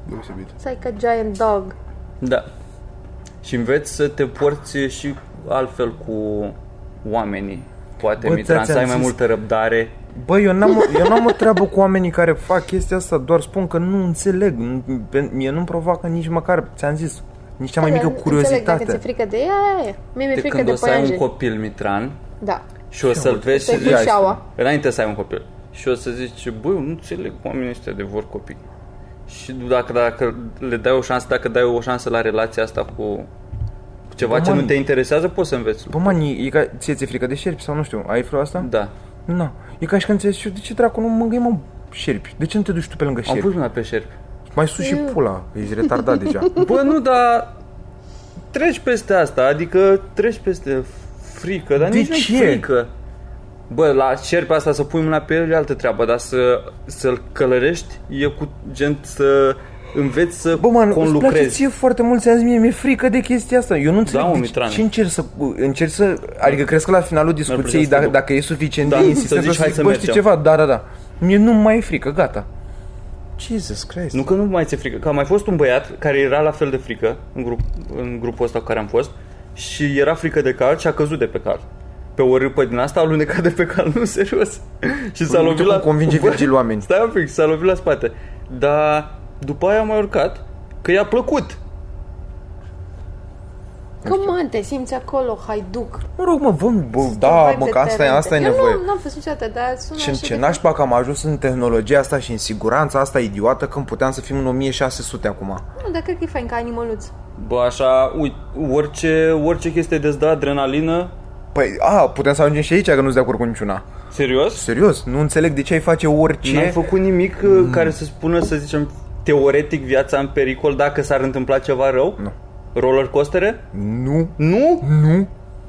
Speaker 2: Deosebit.
Speaker 3: It's like a giant dog.
Speaker 4: Da. Și înveți să te porți și altfel cu oamenii. Poate,
Speaker 2: Bă,
Speaker 4: Bă, Mitran,
Speaker 2: ți-am
Speaker 4: să ai mai
Speaker 2: zis-
Speaker 4: multă răbdare.
Speaker 2: Bă, eu n-am, o- eu n-am o treabă cu oamenii care fac chestia asta, doar spun că nu înțeleg. Nu- pe- Mie nu-mi provoacă nici măcar, ți-am zis, nici cea mai
Speaker 3: Da,
Speaker 2: mică
Speaker 3: dar Înțeleg, dacă ți-e
Speaker 2: curiozitate.
Speaker 3: frică de ea, e, e. Mie mi-e
Speaker 4: De
Speaker 3: frică
Speaker 4: când o
Speaker 3: de
Speaker 4: să ai un
Speaker 3: păianjen.
Speaker 4: copil, Mitran,
Speaker 3: Da.
Speaker 4: și o să-l vezi
Speaker 3: Să-i
Speaker 4: și
Speaker 3: pui
Speaker 4: zici,
Speaker 3: șaua.
Speaker 4: înainte să ai un copil. Și o să zici, băi, eu nu înțeleg oamenii ăștia de vor copii. Și dacă, dacă le dai o șansă, dacă dai o șansă la relația asta cu ceva
Speaker 2: Bă,
Speaker 4: ce
Speaker 2: mă,
Speaker 4: nu te interesează, poți să înveți.
Speaker 2: Bă, man, e, e ca, ție ți-e frică de șerpi sau nu știu, ai vreo asta?
Speaker 4: Da.
Speaker 2: Nu. E ca și când ți-ai de ce dracu nu mângâi mă șerpi? De ce nu te duci tu pe lângă
Speaker 4: Am
Speaker 2: șerpi?
Speaker 4: pus mâna pe șerpi.
Speaker 2: Mai sus
Speaker 3: Mm.
Speaker 2: și pula, ești retardat deja.
Speaker 4: Bă, nu, dar treci peste asta, adică treci peste frică, dar
Speaker 2: De
Speaker 4: nici nu
Speaker 2: ce?
Speaker 4: frică. Bă, la șerpe asta să pui mâna pe el e altă treabă, dar să, să-l călărești e cu gen să înveți să
Speaker 2: Bă, man, îți place
Speaker 4: conlucrezi.
Speaker 2: ție foarte mult, ți-am zis mie, mi-e frică de chestia asta. Eu nu înțeleg
Speaker 4: Da, mă,
Speaker 2: de
Speaker 4: Mitran.
Speaker 2: ce încerci să, încerci să, adică crezi că la finalul discuției,
Speaker 4: să te
Speaker 2: dacă,
Speaker 4: duc.
Speaker 2: dacă e suficient
Speaker 4: Da,
Speaker 2: de
Speaker 4: să
Speaker 2: insistent,
Speaker 4: zici,
Speaker 2: să
Speaker 4: hai
Speaker 2: zici,
Speaker 4: să
Speaker 2: bă, știi
Speaker 4: mergem.
Speaker 2: ceva, da, da, da. Mie nu mai e frică, gata. Jesus Christ.
Speaker 4: Nu că nu mai ți-e frică, că a mai fost un băiat care era la fel de frică în, grup, în grupul ăsta cu care am fost și era frică de cal și a căzut de pe cal. Pe o râpă din asta a alunecat de pe cal, nu serios. și s-a
Speaker 2: Uite
Speaker 4: lovit
Speaker 2: Păi cum
Speaker 4: la...
Speaker 2: convinge
Speaker 4: Bă,
Speaker 2: Virgil oamenii.
Speaker 4: Stai un pic, s-a lovit la spate. Dar după aia a mai urcat că i-a plăcut.
Speaker 3: Cum te simți acolo, haiduc?
Speaker 2: Mă rog, mă, vom, bă, da,
Speaker 3: Vai
Speaker 2: mă,
Speaker 3: de
Speaker 2: că asta e,
Speaker 3: terente.
Speaker 2: asta e
Speaker 3: Eu
Speaker 2: nevoie.
Speaker 3: nu, n-am fost niciodată, dar sună
Speaker 2: Ce,
Speaker 3: așa de-
Speaker 2: ce nașpa că am ajuns în tehnologia asta și în siguranța asta idiotă când puteam să fim în 1600 acum.
Speaker 3: Nu, dar cred că e fain ca animăluț.
Speaker 4: Bă, așa, uite, orice, orice chestie de da adrenalină,
Speaker 2: Păi, a, putem să ajungem și aici, că nu-s de acord cu niciuna.
Speaker 4: serios,
Speaker 2: Serios, nu înțeleg de ce ai face orice.
Speaker 4: n-ai făcut nimic mm. care să spună, să zicem, teoretic viața în pericol dacă s-ar întâmpla ceva rău? Nu. Roller coastere?
Speaker 2: Nu,
Speaker 4: Nu?
Speaker 2: nu,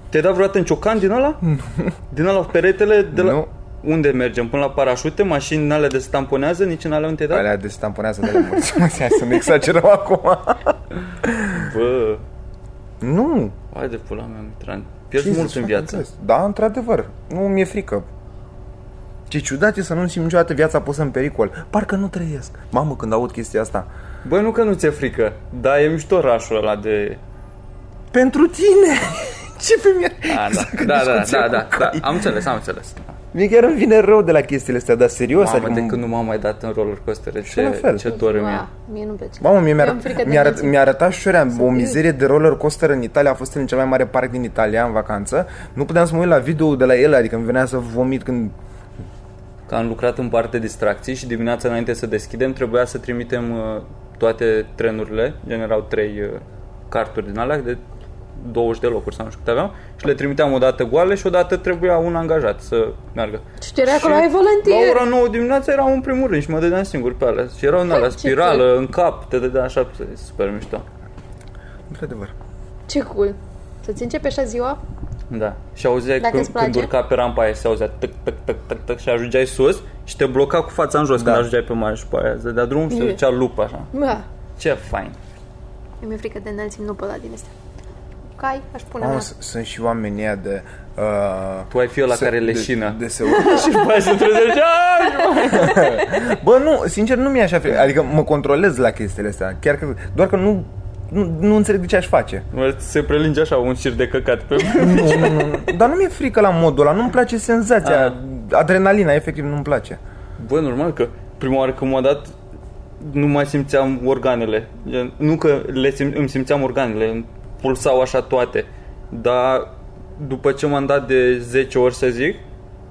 Speaker 4: Te-ai dat vreodată în ciocan din ăla? Nu. Din ăla cu peretele? De la...
Speaker 2: Nu.
Speaker 4: Unde mergem? Până la parașute? Mașini din alea de se tamponează? Nici în alea nu te-ai dat?
Speaker 2: Alea de se tamponează de la mulți. Hai să nu exagerăm acum.
Speaker 4: Bă,
Speaker 2: Nu.
Speaker 4: hai de pula mea, Mitran. Pierzi
Speaker 2: Jesus
Speaker 4: mult în
Speaker 2: fucking
Speaker 4: viață.
Speaker 2: Christ. Da, într-adevăr. Nu mi-e frică. Ce ciudat e să nu simt niciodată viața pusă în pericol. Parcă nu trăiesc. Mamă, când aud chestia asta.
Speaker 4: Bă, nu că nu ți-e frică, dar e mișto orașul ăla de...
Speaker 2: Pentru tine! Ce pe mine?
Speaker 4: A, da,
Speaker 2: Exact,
Speaker 4: da, da,
Speaker 2: discuția
Speaker 4: da,
Speaker 2: Exact cu
Speaker 4: da, da,
Speaker 2: cai.
Speaker 4: am înțeles, am înțeles.
Speaker 2: Mie chiar îmi vine rău de la chestiile astea, dar serios,
Speaker 4: Mamă,
Speaker 2: adică...
Speaker 4: de când nu m-am mai dat în roller coaster,
Speaker 2: la
Speaker 4: ce,
Speaker 2: fel.
Speaker 4: ce dor mi-e.
Speaker 3: Aia, Mie nu-mi place.
Speaker 2: Mamă, mie mi-ar,
Speaker 3: Mi-am frică de
Speaker 2: mi-a, arăt,
Speaker 3: minții.
Speaker 2: mi-a arătat șorea o mizerie de roller coaster în Italia, a fost în cel mai mare parc din Italia în vacanță. Nu puteam să mă uit la video de la el, adică îmi venea să vomit când...
Speaker 4: Că am lucrat în parte distracții și dimineața înainte să deschidem trebuia să trimitem uh, toate trenurile, gen erau trei uh, carturi din alea de 20 de locuri sau nu știu cât aveam și le trimiteam o dată goale și o dată trebuia un angajat să meargă.
Speaker 3: Și tu erai Păi acolo,
Speaker 4: Și
Speaker 3: ai
Speaker 4: La
Speaker 3: volunteer.
Speaker 4: ora 9 dimineața eram în primul rând și mă dădeam singur pe alea. Și erau în alea
Speaker 3: Păi, Ce
Speaker 4: spirală, în cap, te dădea așa, super mișto.
Speaker 2: Într-adevăr.
Speaker 3: Ce cool. Să-ți începe așa ziua?
Speaker 4: Da. Și auzeai
Speaker 3: Dacă
Speaker 4: când,
Speaker 3: îți place.
Speaker 4: când urca pe rampa aia, se auzea tăc, tăc, tăc, tăc, tăc și ajungeai sus și te bloca cu fața în jos da. când ajungeai pe mare și pe aia. Îți dădea drumul și se
Speaker 3: Bine.
Speaker 4: ducea lupa așa.
Speaker 3: Bă,
Speaker 4: Ce fain.
Speaker 3: eu mi-e frică de înălțimi, nu pot la din astea. Cai, aș pune
Speaker 2: Mamă,
Speaker 3: mâna.
Speaker 2: s- sunt și oamenii ăia de... Uh,
Speaker 4: Tu ai fi ăla care leșină.
Speaker 2: De, de se urcă.
Speaker 4: Și după aia se trezește. "Aaa!"
Speaker 2: Bă, nu, sincer, nu mi-e așa frică. Adică mă controlez la chestiile astea. Chiar că, doar că nu, nu, nu înțeleg de ce aș face.
Speaker 4: Mă, Se prelinge așa un șir de căcat pe
Speaker 2: Nu, nu, nu. Dar nu mi-e frică la modul ăla. Nu-mi place senzația.
Speaker 4: Ah.
Speaker 2: Adrenalina, efectiv, nu-mi place.
Speaker 4: Bă, normal că prima oară când m-a dat nu mai simțeam organele. Gen, Nu că le sim- îmi simțeam organele, îmi pulsau așa toate. Dar după ce m-am dat de 10 ori să zic,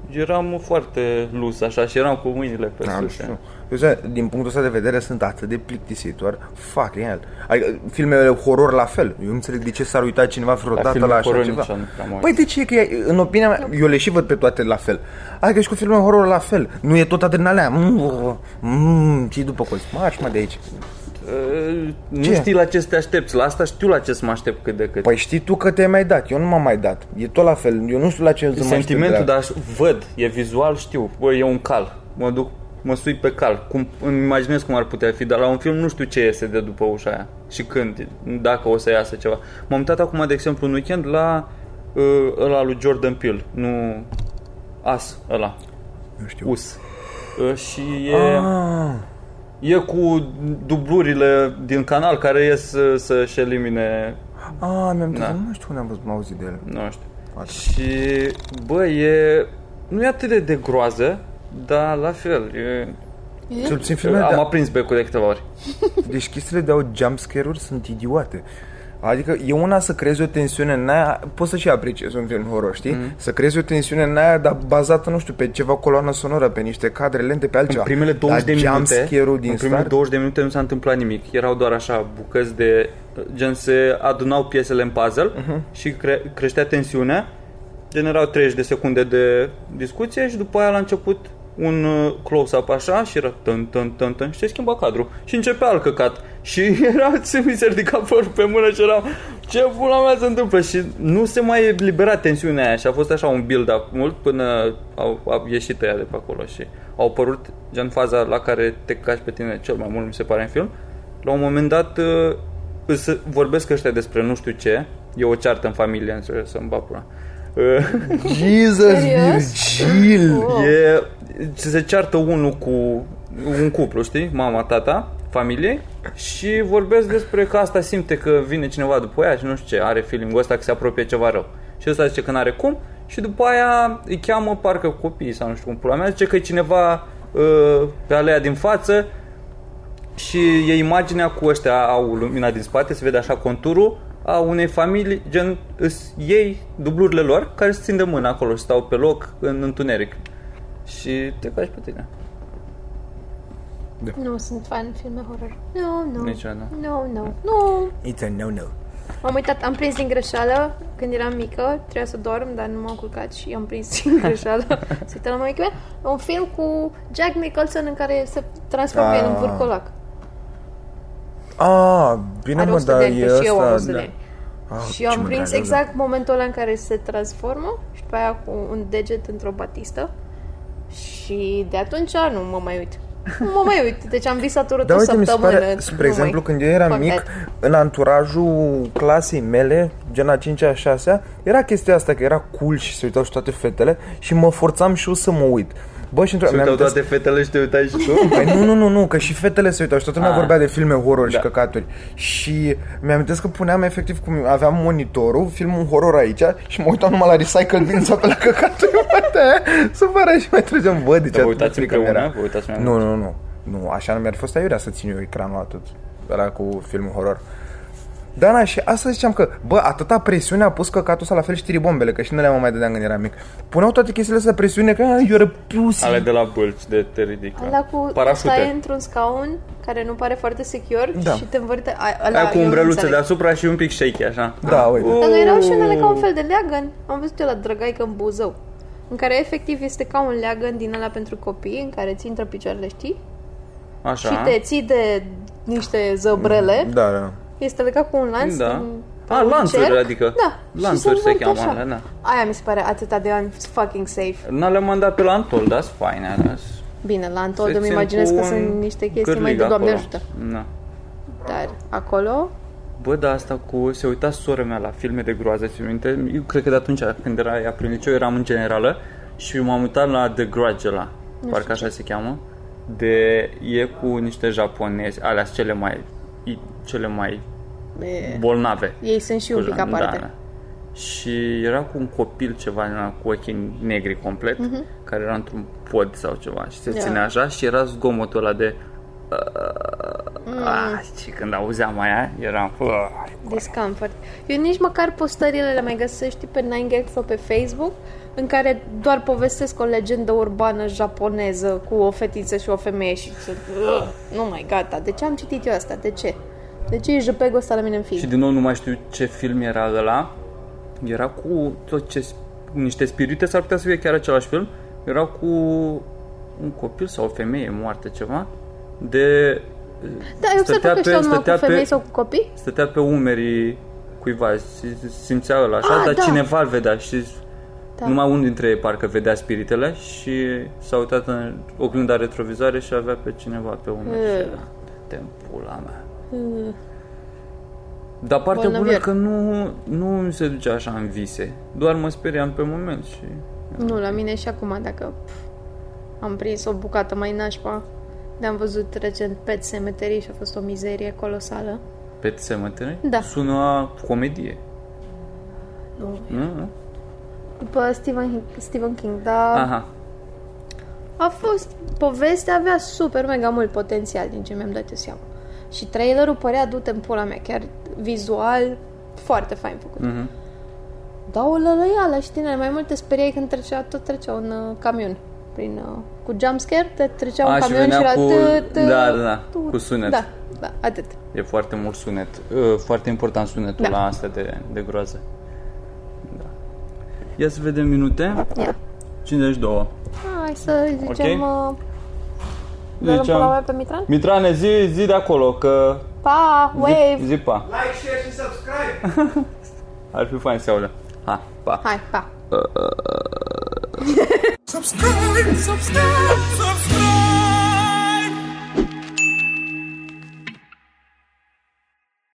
Speaker 4: eram foarte lus așa și eram cu mâinile pe
Speaker 2: Da, nu
Speaker 4: sus.
Speaker 2: știu. Eu zic, din punctul ăsta de vedere sunt atât de plictisitor Fucking hell adică, Filmele horror la fel Eu nu înțeleg de ce s-ar uita cineva vreodată la,
Speaker 4: filme
Speaker 2: așa
Speaker 4: horror
Speaker 2: ceva
Speaker 4: nici eu nu prea mă uit.
Speaker 2: Păi de ce? Că e- în opinia mea Eu le și văd pe toate la fel Adică și cu filme horror la fel Nu e tot adrenalina mm, mm, ce după colț? Marș mă de aici
Speaker 4: E, Nu
Speaker 2: Ce?
Speaker 4: știi la ce să te aștepți, la asta știu la ce să mă aștept cât de cât.
Speaker 2: Păi știi tu că te-ai mai dat Eu nu m-am mai dat E tot la fel Eu nu știu da. la ce să mă aștept
Speaker 4: Sentimentul,
Speaker 2: de la-
Speaker 4: dar aș- văd, e vizual, știu, bă, e un cal. Mă duc, mă sui pe cal. Cum, îmi imaginez cum ar putea fi, dar la un film nu știu ce iese de după ușa aia și când, dacă o să iasă ceva. M-am uitat acum, de exemplu, în weekend la uh, ăla lui Jordan Peele, nu As, ăla,
Speaker 2: Nu știu
Speaker 4: Us. Uh, și e...
Speaker 2: Ah.
Speaker 4: E cu dublurile din canal care ies să, să-și elimine
Speaker 2: Ah, mi-am
Speaker 4: Da.
Speaker 2: da. Nu știu unde am văzut, m-am auzit de el
Speaker 4: nu știu.
Speaker 2: Poate.
Speaker 4: Și, bă, e... Nu e atât de, de groază, dar la fel, e...
Speaker 2: Cel puțin
Speaker 4: Am
Speaker 2: filmele de
Speaker 4: aprins becul de câteva ori.
Speaker 2: Deci chestiile de au jumpscare-uri sunt idiote. Adică e una să creezi o tensiune în aia, poți să și apreciezi un film horror, știi? Mm. Să creezi o tensiune în aia, dar bazată, nu știu, pe ceva coloană sonoră, pe niște cadre lente, pe altceva.
Speaker 4: În primele 20 de
Speaker 2: dar
Speaker 4: minute,
Speaker 2: jumpscare-ul din
Speaker 4: în primele
Speaker 2: start,
Speaker 4: 20 de minute nu s-a întâmplat nimic. Erau doar așa bucăți de gen se adunau piesele în puzzle
Speaker 2: Mhm.
Speaker 4: și cre- creștea tensiunea. Generau 30 de secunde de discuție și după aia la început un uh, close-up așa și era tân, tân, tân, tân, și se schimba cadrul și începea alt căcat și era, se mi se ridica părul pe mână și era ce pula mea se întâmplă și nu se mai elibera tensiunea aia și a fost așa un build-up mult până au, au ieșit ăia de pe acolo și au apărut gen faza la care te caci pe tine cel mai mult mi se pare în film la un moment dat uh, îs, vorbesc ăștia despre nu știu ce e o ceartă în familie între să-mi bag pula. Uh,
Speaker 2: Jesus,
Speaker 3: Serios?
Speaker 2: Virgil!
Speaker 3: Wow.
Speaker 4: E, se ceartă unul cu un cuplu, știi? Mama, tata, familie și vorbesc despre că asta simte că vine cineva după ea și nu știu ce, are feeling-ul ăsta că se apropie ceva rău. Și ăsta zice că n-are cum și după aia îi cheamă parcă copiii sau nu știu cum pula mea, zice că e cineva uh, pe alea din față și e imaginea cu ăștia au lumina din spate, se vede așa conturul a unei familii, gen îs ei, dublurile lor, care se țin de mână acolo și stau pe loc în întuneric. Și te faci pe tine.
Speaker 3: Nu sunt fan filme horror. Nu, nu.
Speaker 4: Nici eu nu.
Speaker 3: Nu, nu. Nu.
Speaker 2: It's a no-no.
Speaker 3: Am uitat, am prins din greșeală când eram mică, trebuia să dorm, dar nu m-am culcat și am prins din greșeală. să uită la maică mea. Un film cu Jack Nicholson în care se transformă el în
Speaker 2: Ah.
Speaker 3: vârcolac.
Speaker 2: Ah, bine
Speaker 3: Are
Speaker 2: mă,
Speaker 3: 100
Speaker 2: dar
Speaker 3: de ani,
Speaker 2: e
Speaker 3: că și eu
Speaker 2: ăsta...
Speaker 3: am 100 de ani.
Speaker 2: Ah,
Speaker 3: Și
Speaker 2: ce da.
Speaker 3: eu am
Speaker 2: mă
Speaker 3: prins
Speaker 2: dragoste.
Speaker 3: exact momentul ăla în care se transformă și pe aia cu un deget într-o batistă. Și de atunci nu mă mai uit. Nu mă mai uit. Deci am visat urât
Speaker 2: Da,
Speaker 3: o
Speaker 2: uite, mi se
Speaker 3: săptămână.
Speaker 2: pare, spre
Speaker 3: nu
Speaker 2: exemplu,
Speaker 3: mai.
Speaker 2: când eu eram
Speaker 3: Fuck
Speaker 2: mic,
Speaker 3: that.
Speaker 2: în anturajul clasei mele, gen a 5-a, 6-a, era chestia asta, că era cool și se uitau și toate fetele și mă forțam și eu să mă uit. Bă, și într-o
Speaker 4: Se uitau toate fetele și te uitai și tu?
Speaker 2: Păi nu, nu, nu, nu, că și fetele se uitau și toată lumea
Speaker 4: Ah.
Speaker 2: vorbea de filme horror și
Speaker 4: Da.
Speaker 2: căcaturi. Și mi-am amintesc că puneam efectiv cum aveam monitorul, filmul horror aici și mă uitam numai la Recycle Bins pe la căcaturi. Uite, să fără și mai trăgeam, bă, de ce
Speaker 4: Vă
Speaker 2: atât de
Speaker 4: uitați
Speaker 2: frică mi
Speaker 4: împreună?
Speaker 2: era.
Speaker 4: Vă uitați mai
Speaker 2: Nu, nu, nu. Nu, așa nu mi-ar fost aiurea să țin eu ecranul atât. Era cu filmul horror. Da, na, și asta ziceam că, bă, atâta presiune a pus căcatul ăsta la fel și tiribombele, că și nu le-am mai dădeam când eram mic. Puneau toate chestiile astea presiune, că "Ah, you're a pussy.
Speaker 4: Ale de la bâlci, de te ridică.
Speaker 3: Ăla cu stai
Speaker 4: Parașute.
Speaker 3: într-un scaun care nu pare foarte secure
Speaker 2: Da.
Speaker 3: și te învârte... Ai, ăla,
Speaker 4: Aia cu
Speaker 3: Da, eu nu
Speaker 4: umbreluță
Speaker 3: înțeleg.
Speaker 4: deasupra și un pic shaky, așa.
Speaker 2: Da, uite.
Speaker 3: Dar nu erau și unele ca un fel de leagăn. Am văzut eu la Drăgaică în Buzău. În care efectiv este ca un leagăn din ăla pentru copii, în care ți intră picioarele, știi?
Speaker 4: Așa. Mm,
Speaker 3: Și te ții de niște zăbrele.
Speaker 2: Da, da.
Speaker 3: Este legat cu un lanț.
Speaker 4: Da.
Speaker 3: în-
Speaker 4: A,
Speaker 3: un
Speaker 4: lanțuri,
Speaker 3: cerc.
Speaker 4: adică.
Speaker 3: Da.
Speaker 4: Lanțuri
Speaker 3: și
Speaker 4: se
Speaker 3: învârte
Speaker 4: cheamă
Speaker 3: așa.
Speaker 4: alea, da.
Speaker 3: Aia mi se pare atâta de un fucking safe.
Speaker 4: Nu le-am mandat pe la Antol, da, sunt faine alea.
Speaker 3: Bine, la
Speaker 4: Se
Speaker 3: Antol îmi
Speaker 4: țin
Speaker 3: imaginez
Speaker 4: cu
Speaker 3: că
Speaker 4: un
Speaker 3: sunt niște chestii mai
Speaker 4: cârlig
Speaker 3: de Doamne
Speaker 4: acolo.
Speaker 3: ajută.
Speaker 4: Da.
Speaker 3: Dar acolo,
Speaker 4: Bă, da, asta cu... Se uita sora mea la filme de groază, ți minte? Eu cred că de atunci, când era ea prin liceu, eram în generală și m-am uitat la The Grudge ăla, parcă așa se cheamă, de... e cu niște japonezi, alea sunt cele mai... i- cele mai
Speaker 3: e,
Speaker 4: bolnave.
Speaker 3: ei sunt și un pic
Speaker 4: Cujan,
Speaker 3: aparte.
Speaker 4: da. Și era cu un copil ceva din ăla cu ochii negri complet,
Speaker 3: Mhm.
Speaker 4: care era într-un pod sau ceva și se
Speaker 3: Da.
Speaker 4: ținea așa și era zgomotul ăla de
Speaker 3: Mm.
Speaker 4: Ah, și când auzeam aia, eram "Ah."
Speaker 3: Discomfort. Eu nici măcar postările le mai găsești pe 9gag sau pe Facebook în care doar povestesc o legendă urbană japoneză cu o fetiță și o femeie și sunt "Ugh, nu mai gata. De ce am citit eu asta? De ce? De ce e jpeg ăsta la mine în
Speaker 4: Și
Speaker 3: film?
Speaker 4: din nou nu mai știu ce film era ăla. Era cu tot ce niște spirite, s-ar putea să fie chiar același film. Era cu un copil sau o femeie moartă ceva de
Speaker 3: Da, ai observat că
Speaker 4: stătea
Speaker 3: ăștia
Speaker 4: pe-
Speaker 3: numai cu
Speaker 4: stătea pe-
Speaker 3: femei sau cu copii?
Speaker 4: stătea pe umerii cuiva și simțea ăla așa,
Speaker 3: Ah,
Speaker 4: dar
Speaker 3: da.
Speaker 4: cineva îl vedea și
Speaker 3: Da.
Speaker 4: da. numai unul dintre ei parcă vedea spiritele și s-a uitat în oglinda retrovizoare și avea pe cineva pe umeri
Speaker 3: Eh.
Speaker 4: și era, "Te-n pula mea. Dar partea bună
Speaker 3: Bolnavier.
Speaker 4: că nu, nu mi se duce așa în vise, doar mă speriam pe moment și...
Speaker 3: Nu, la mine și acum, dacă pf, am prins o bucată mai nașpa, de-am văzut recent Pet Cemetery și a fost o mizerie colosală.
Speaker 4: Pe Cemetery?
Speaker 3: Da.
Speaker 4: Sună a comedie.
Speaker 3: Nu.
Speaker 4: Nu? nu?
Speaker 3: După Stephen, Stephen King, da. dar
Speaker 4: Aha.
Speaker 3: A fost, povestea avea super mega mult potențial din ce mi-am dat eu seama. Și trailerul părea du-te în pula mea, chiar vizual foarte fain făcut.
Speaker 4: Mhm.
Speaker 3: Da, o lălăială, știi, n-ai mai multe speriai când trecea, tot trecea un uh, camion prin, uh, cu jumpscare, te trecea
Speaker 4: A,
Speaker 3: un
Speaker 4: și
Speaker 3: camion
Speaker 4: venea
Speaker 3: și era
Speaker 4: cu-
Speaker 3: tât, tât,
Speaker 4: da, da, da,
Speaker 3: tut.
Speaker 4: cu sunet.
Speaker 3: Da, da, atât.
Speaker 4: E foarte mult sunet. Uh, Foarte important sunetul
Speaker 3: Da.
Speaker 4: da. la asta de, de groază. Da. Ia să vedem minute.
Speaker 3: Ia.
Speaker 4: 52.
Speaker 3: Hai să zicem... Okay. Uh,
Speaker 4: Ziceam-
Speaker 3: Ziceam... pula mea pe Mitran?
Speaker 4: Mitrane, zi, zi de acolo, că
Speaker 3: Pa, wave!
Speaker 4: zi, zi pa.
Speaker 1: Like, share și subscribe!
Speaker 4: Ar fi fain să audă. Ha, pa.
Speaker 3: Hai, pa!
Speaker 1: Subscribe, subscribe, subscribe.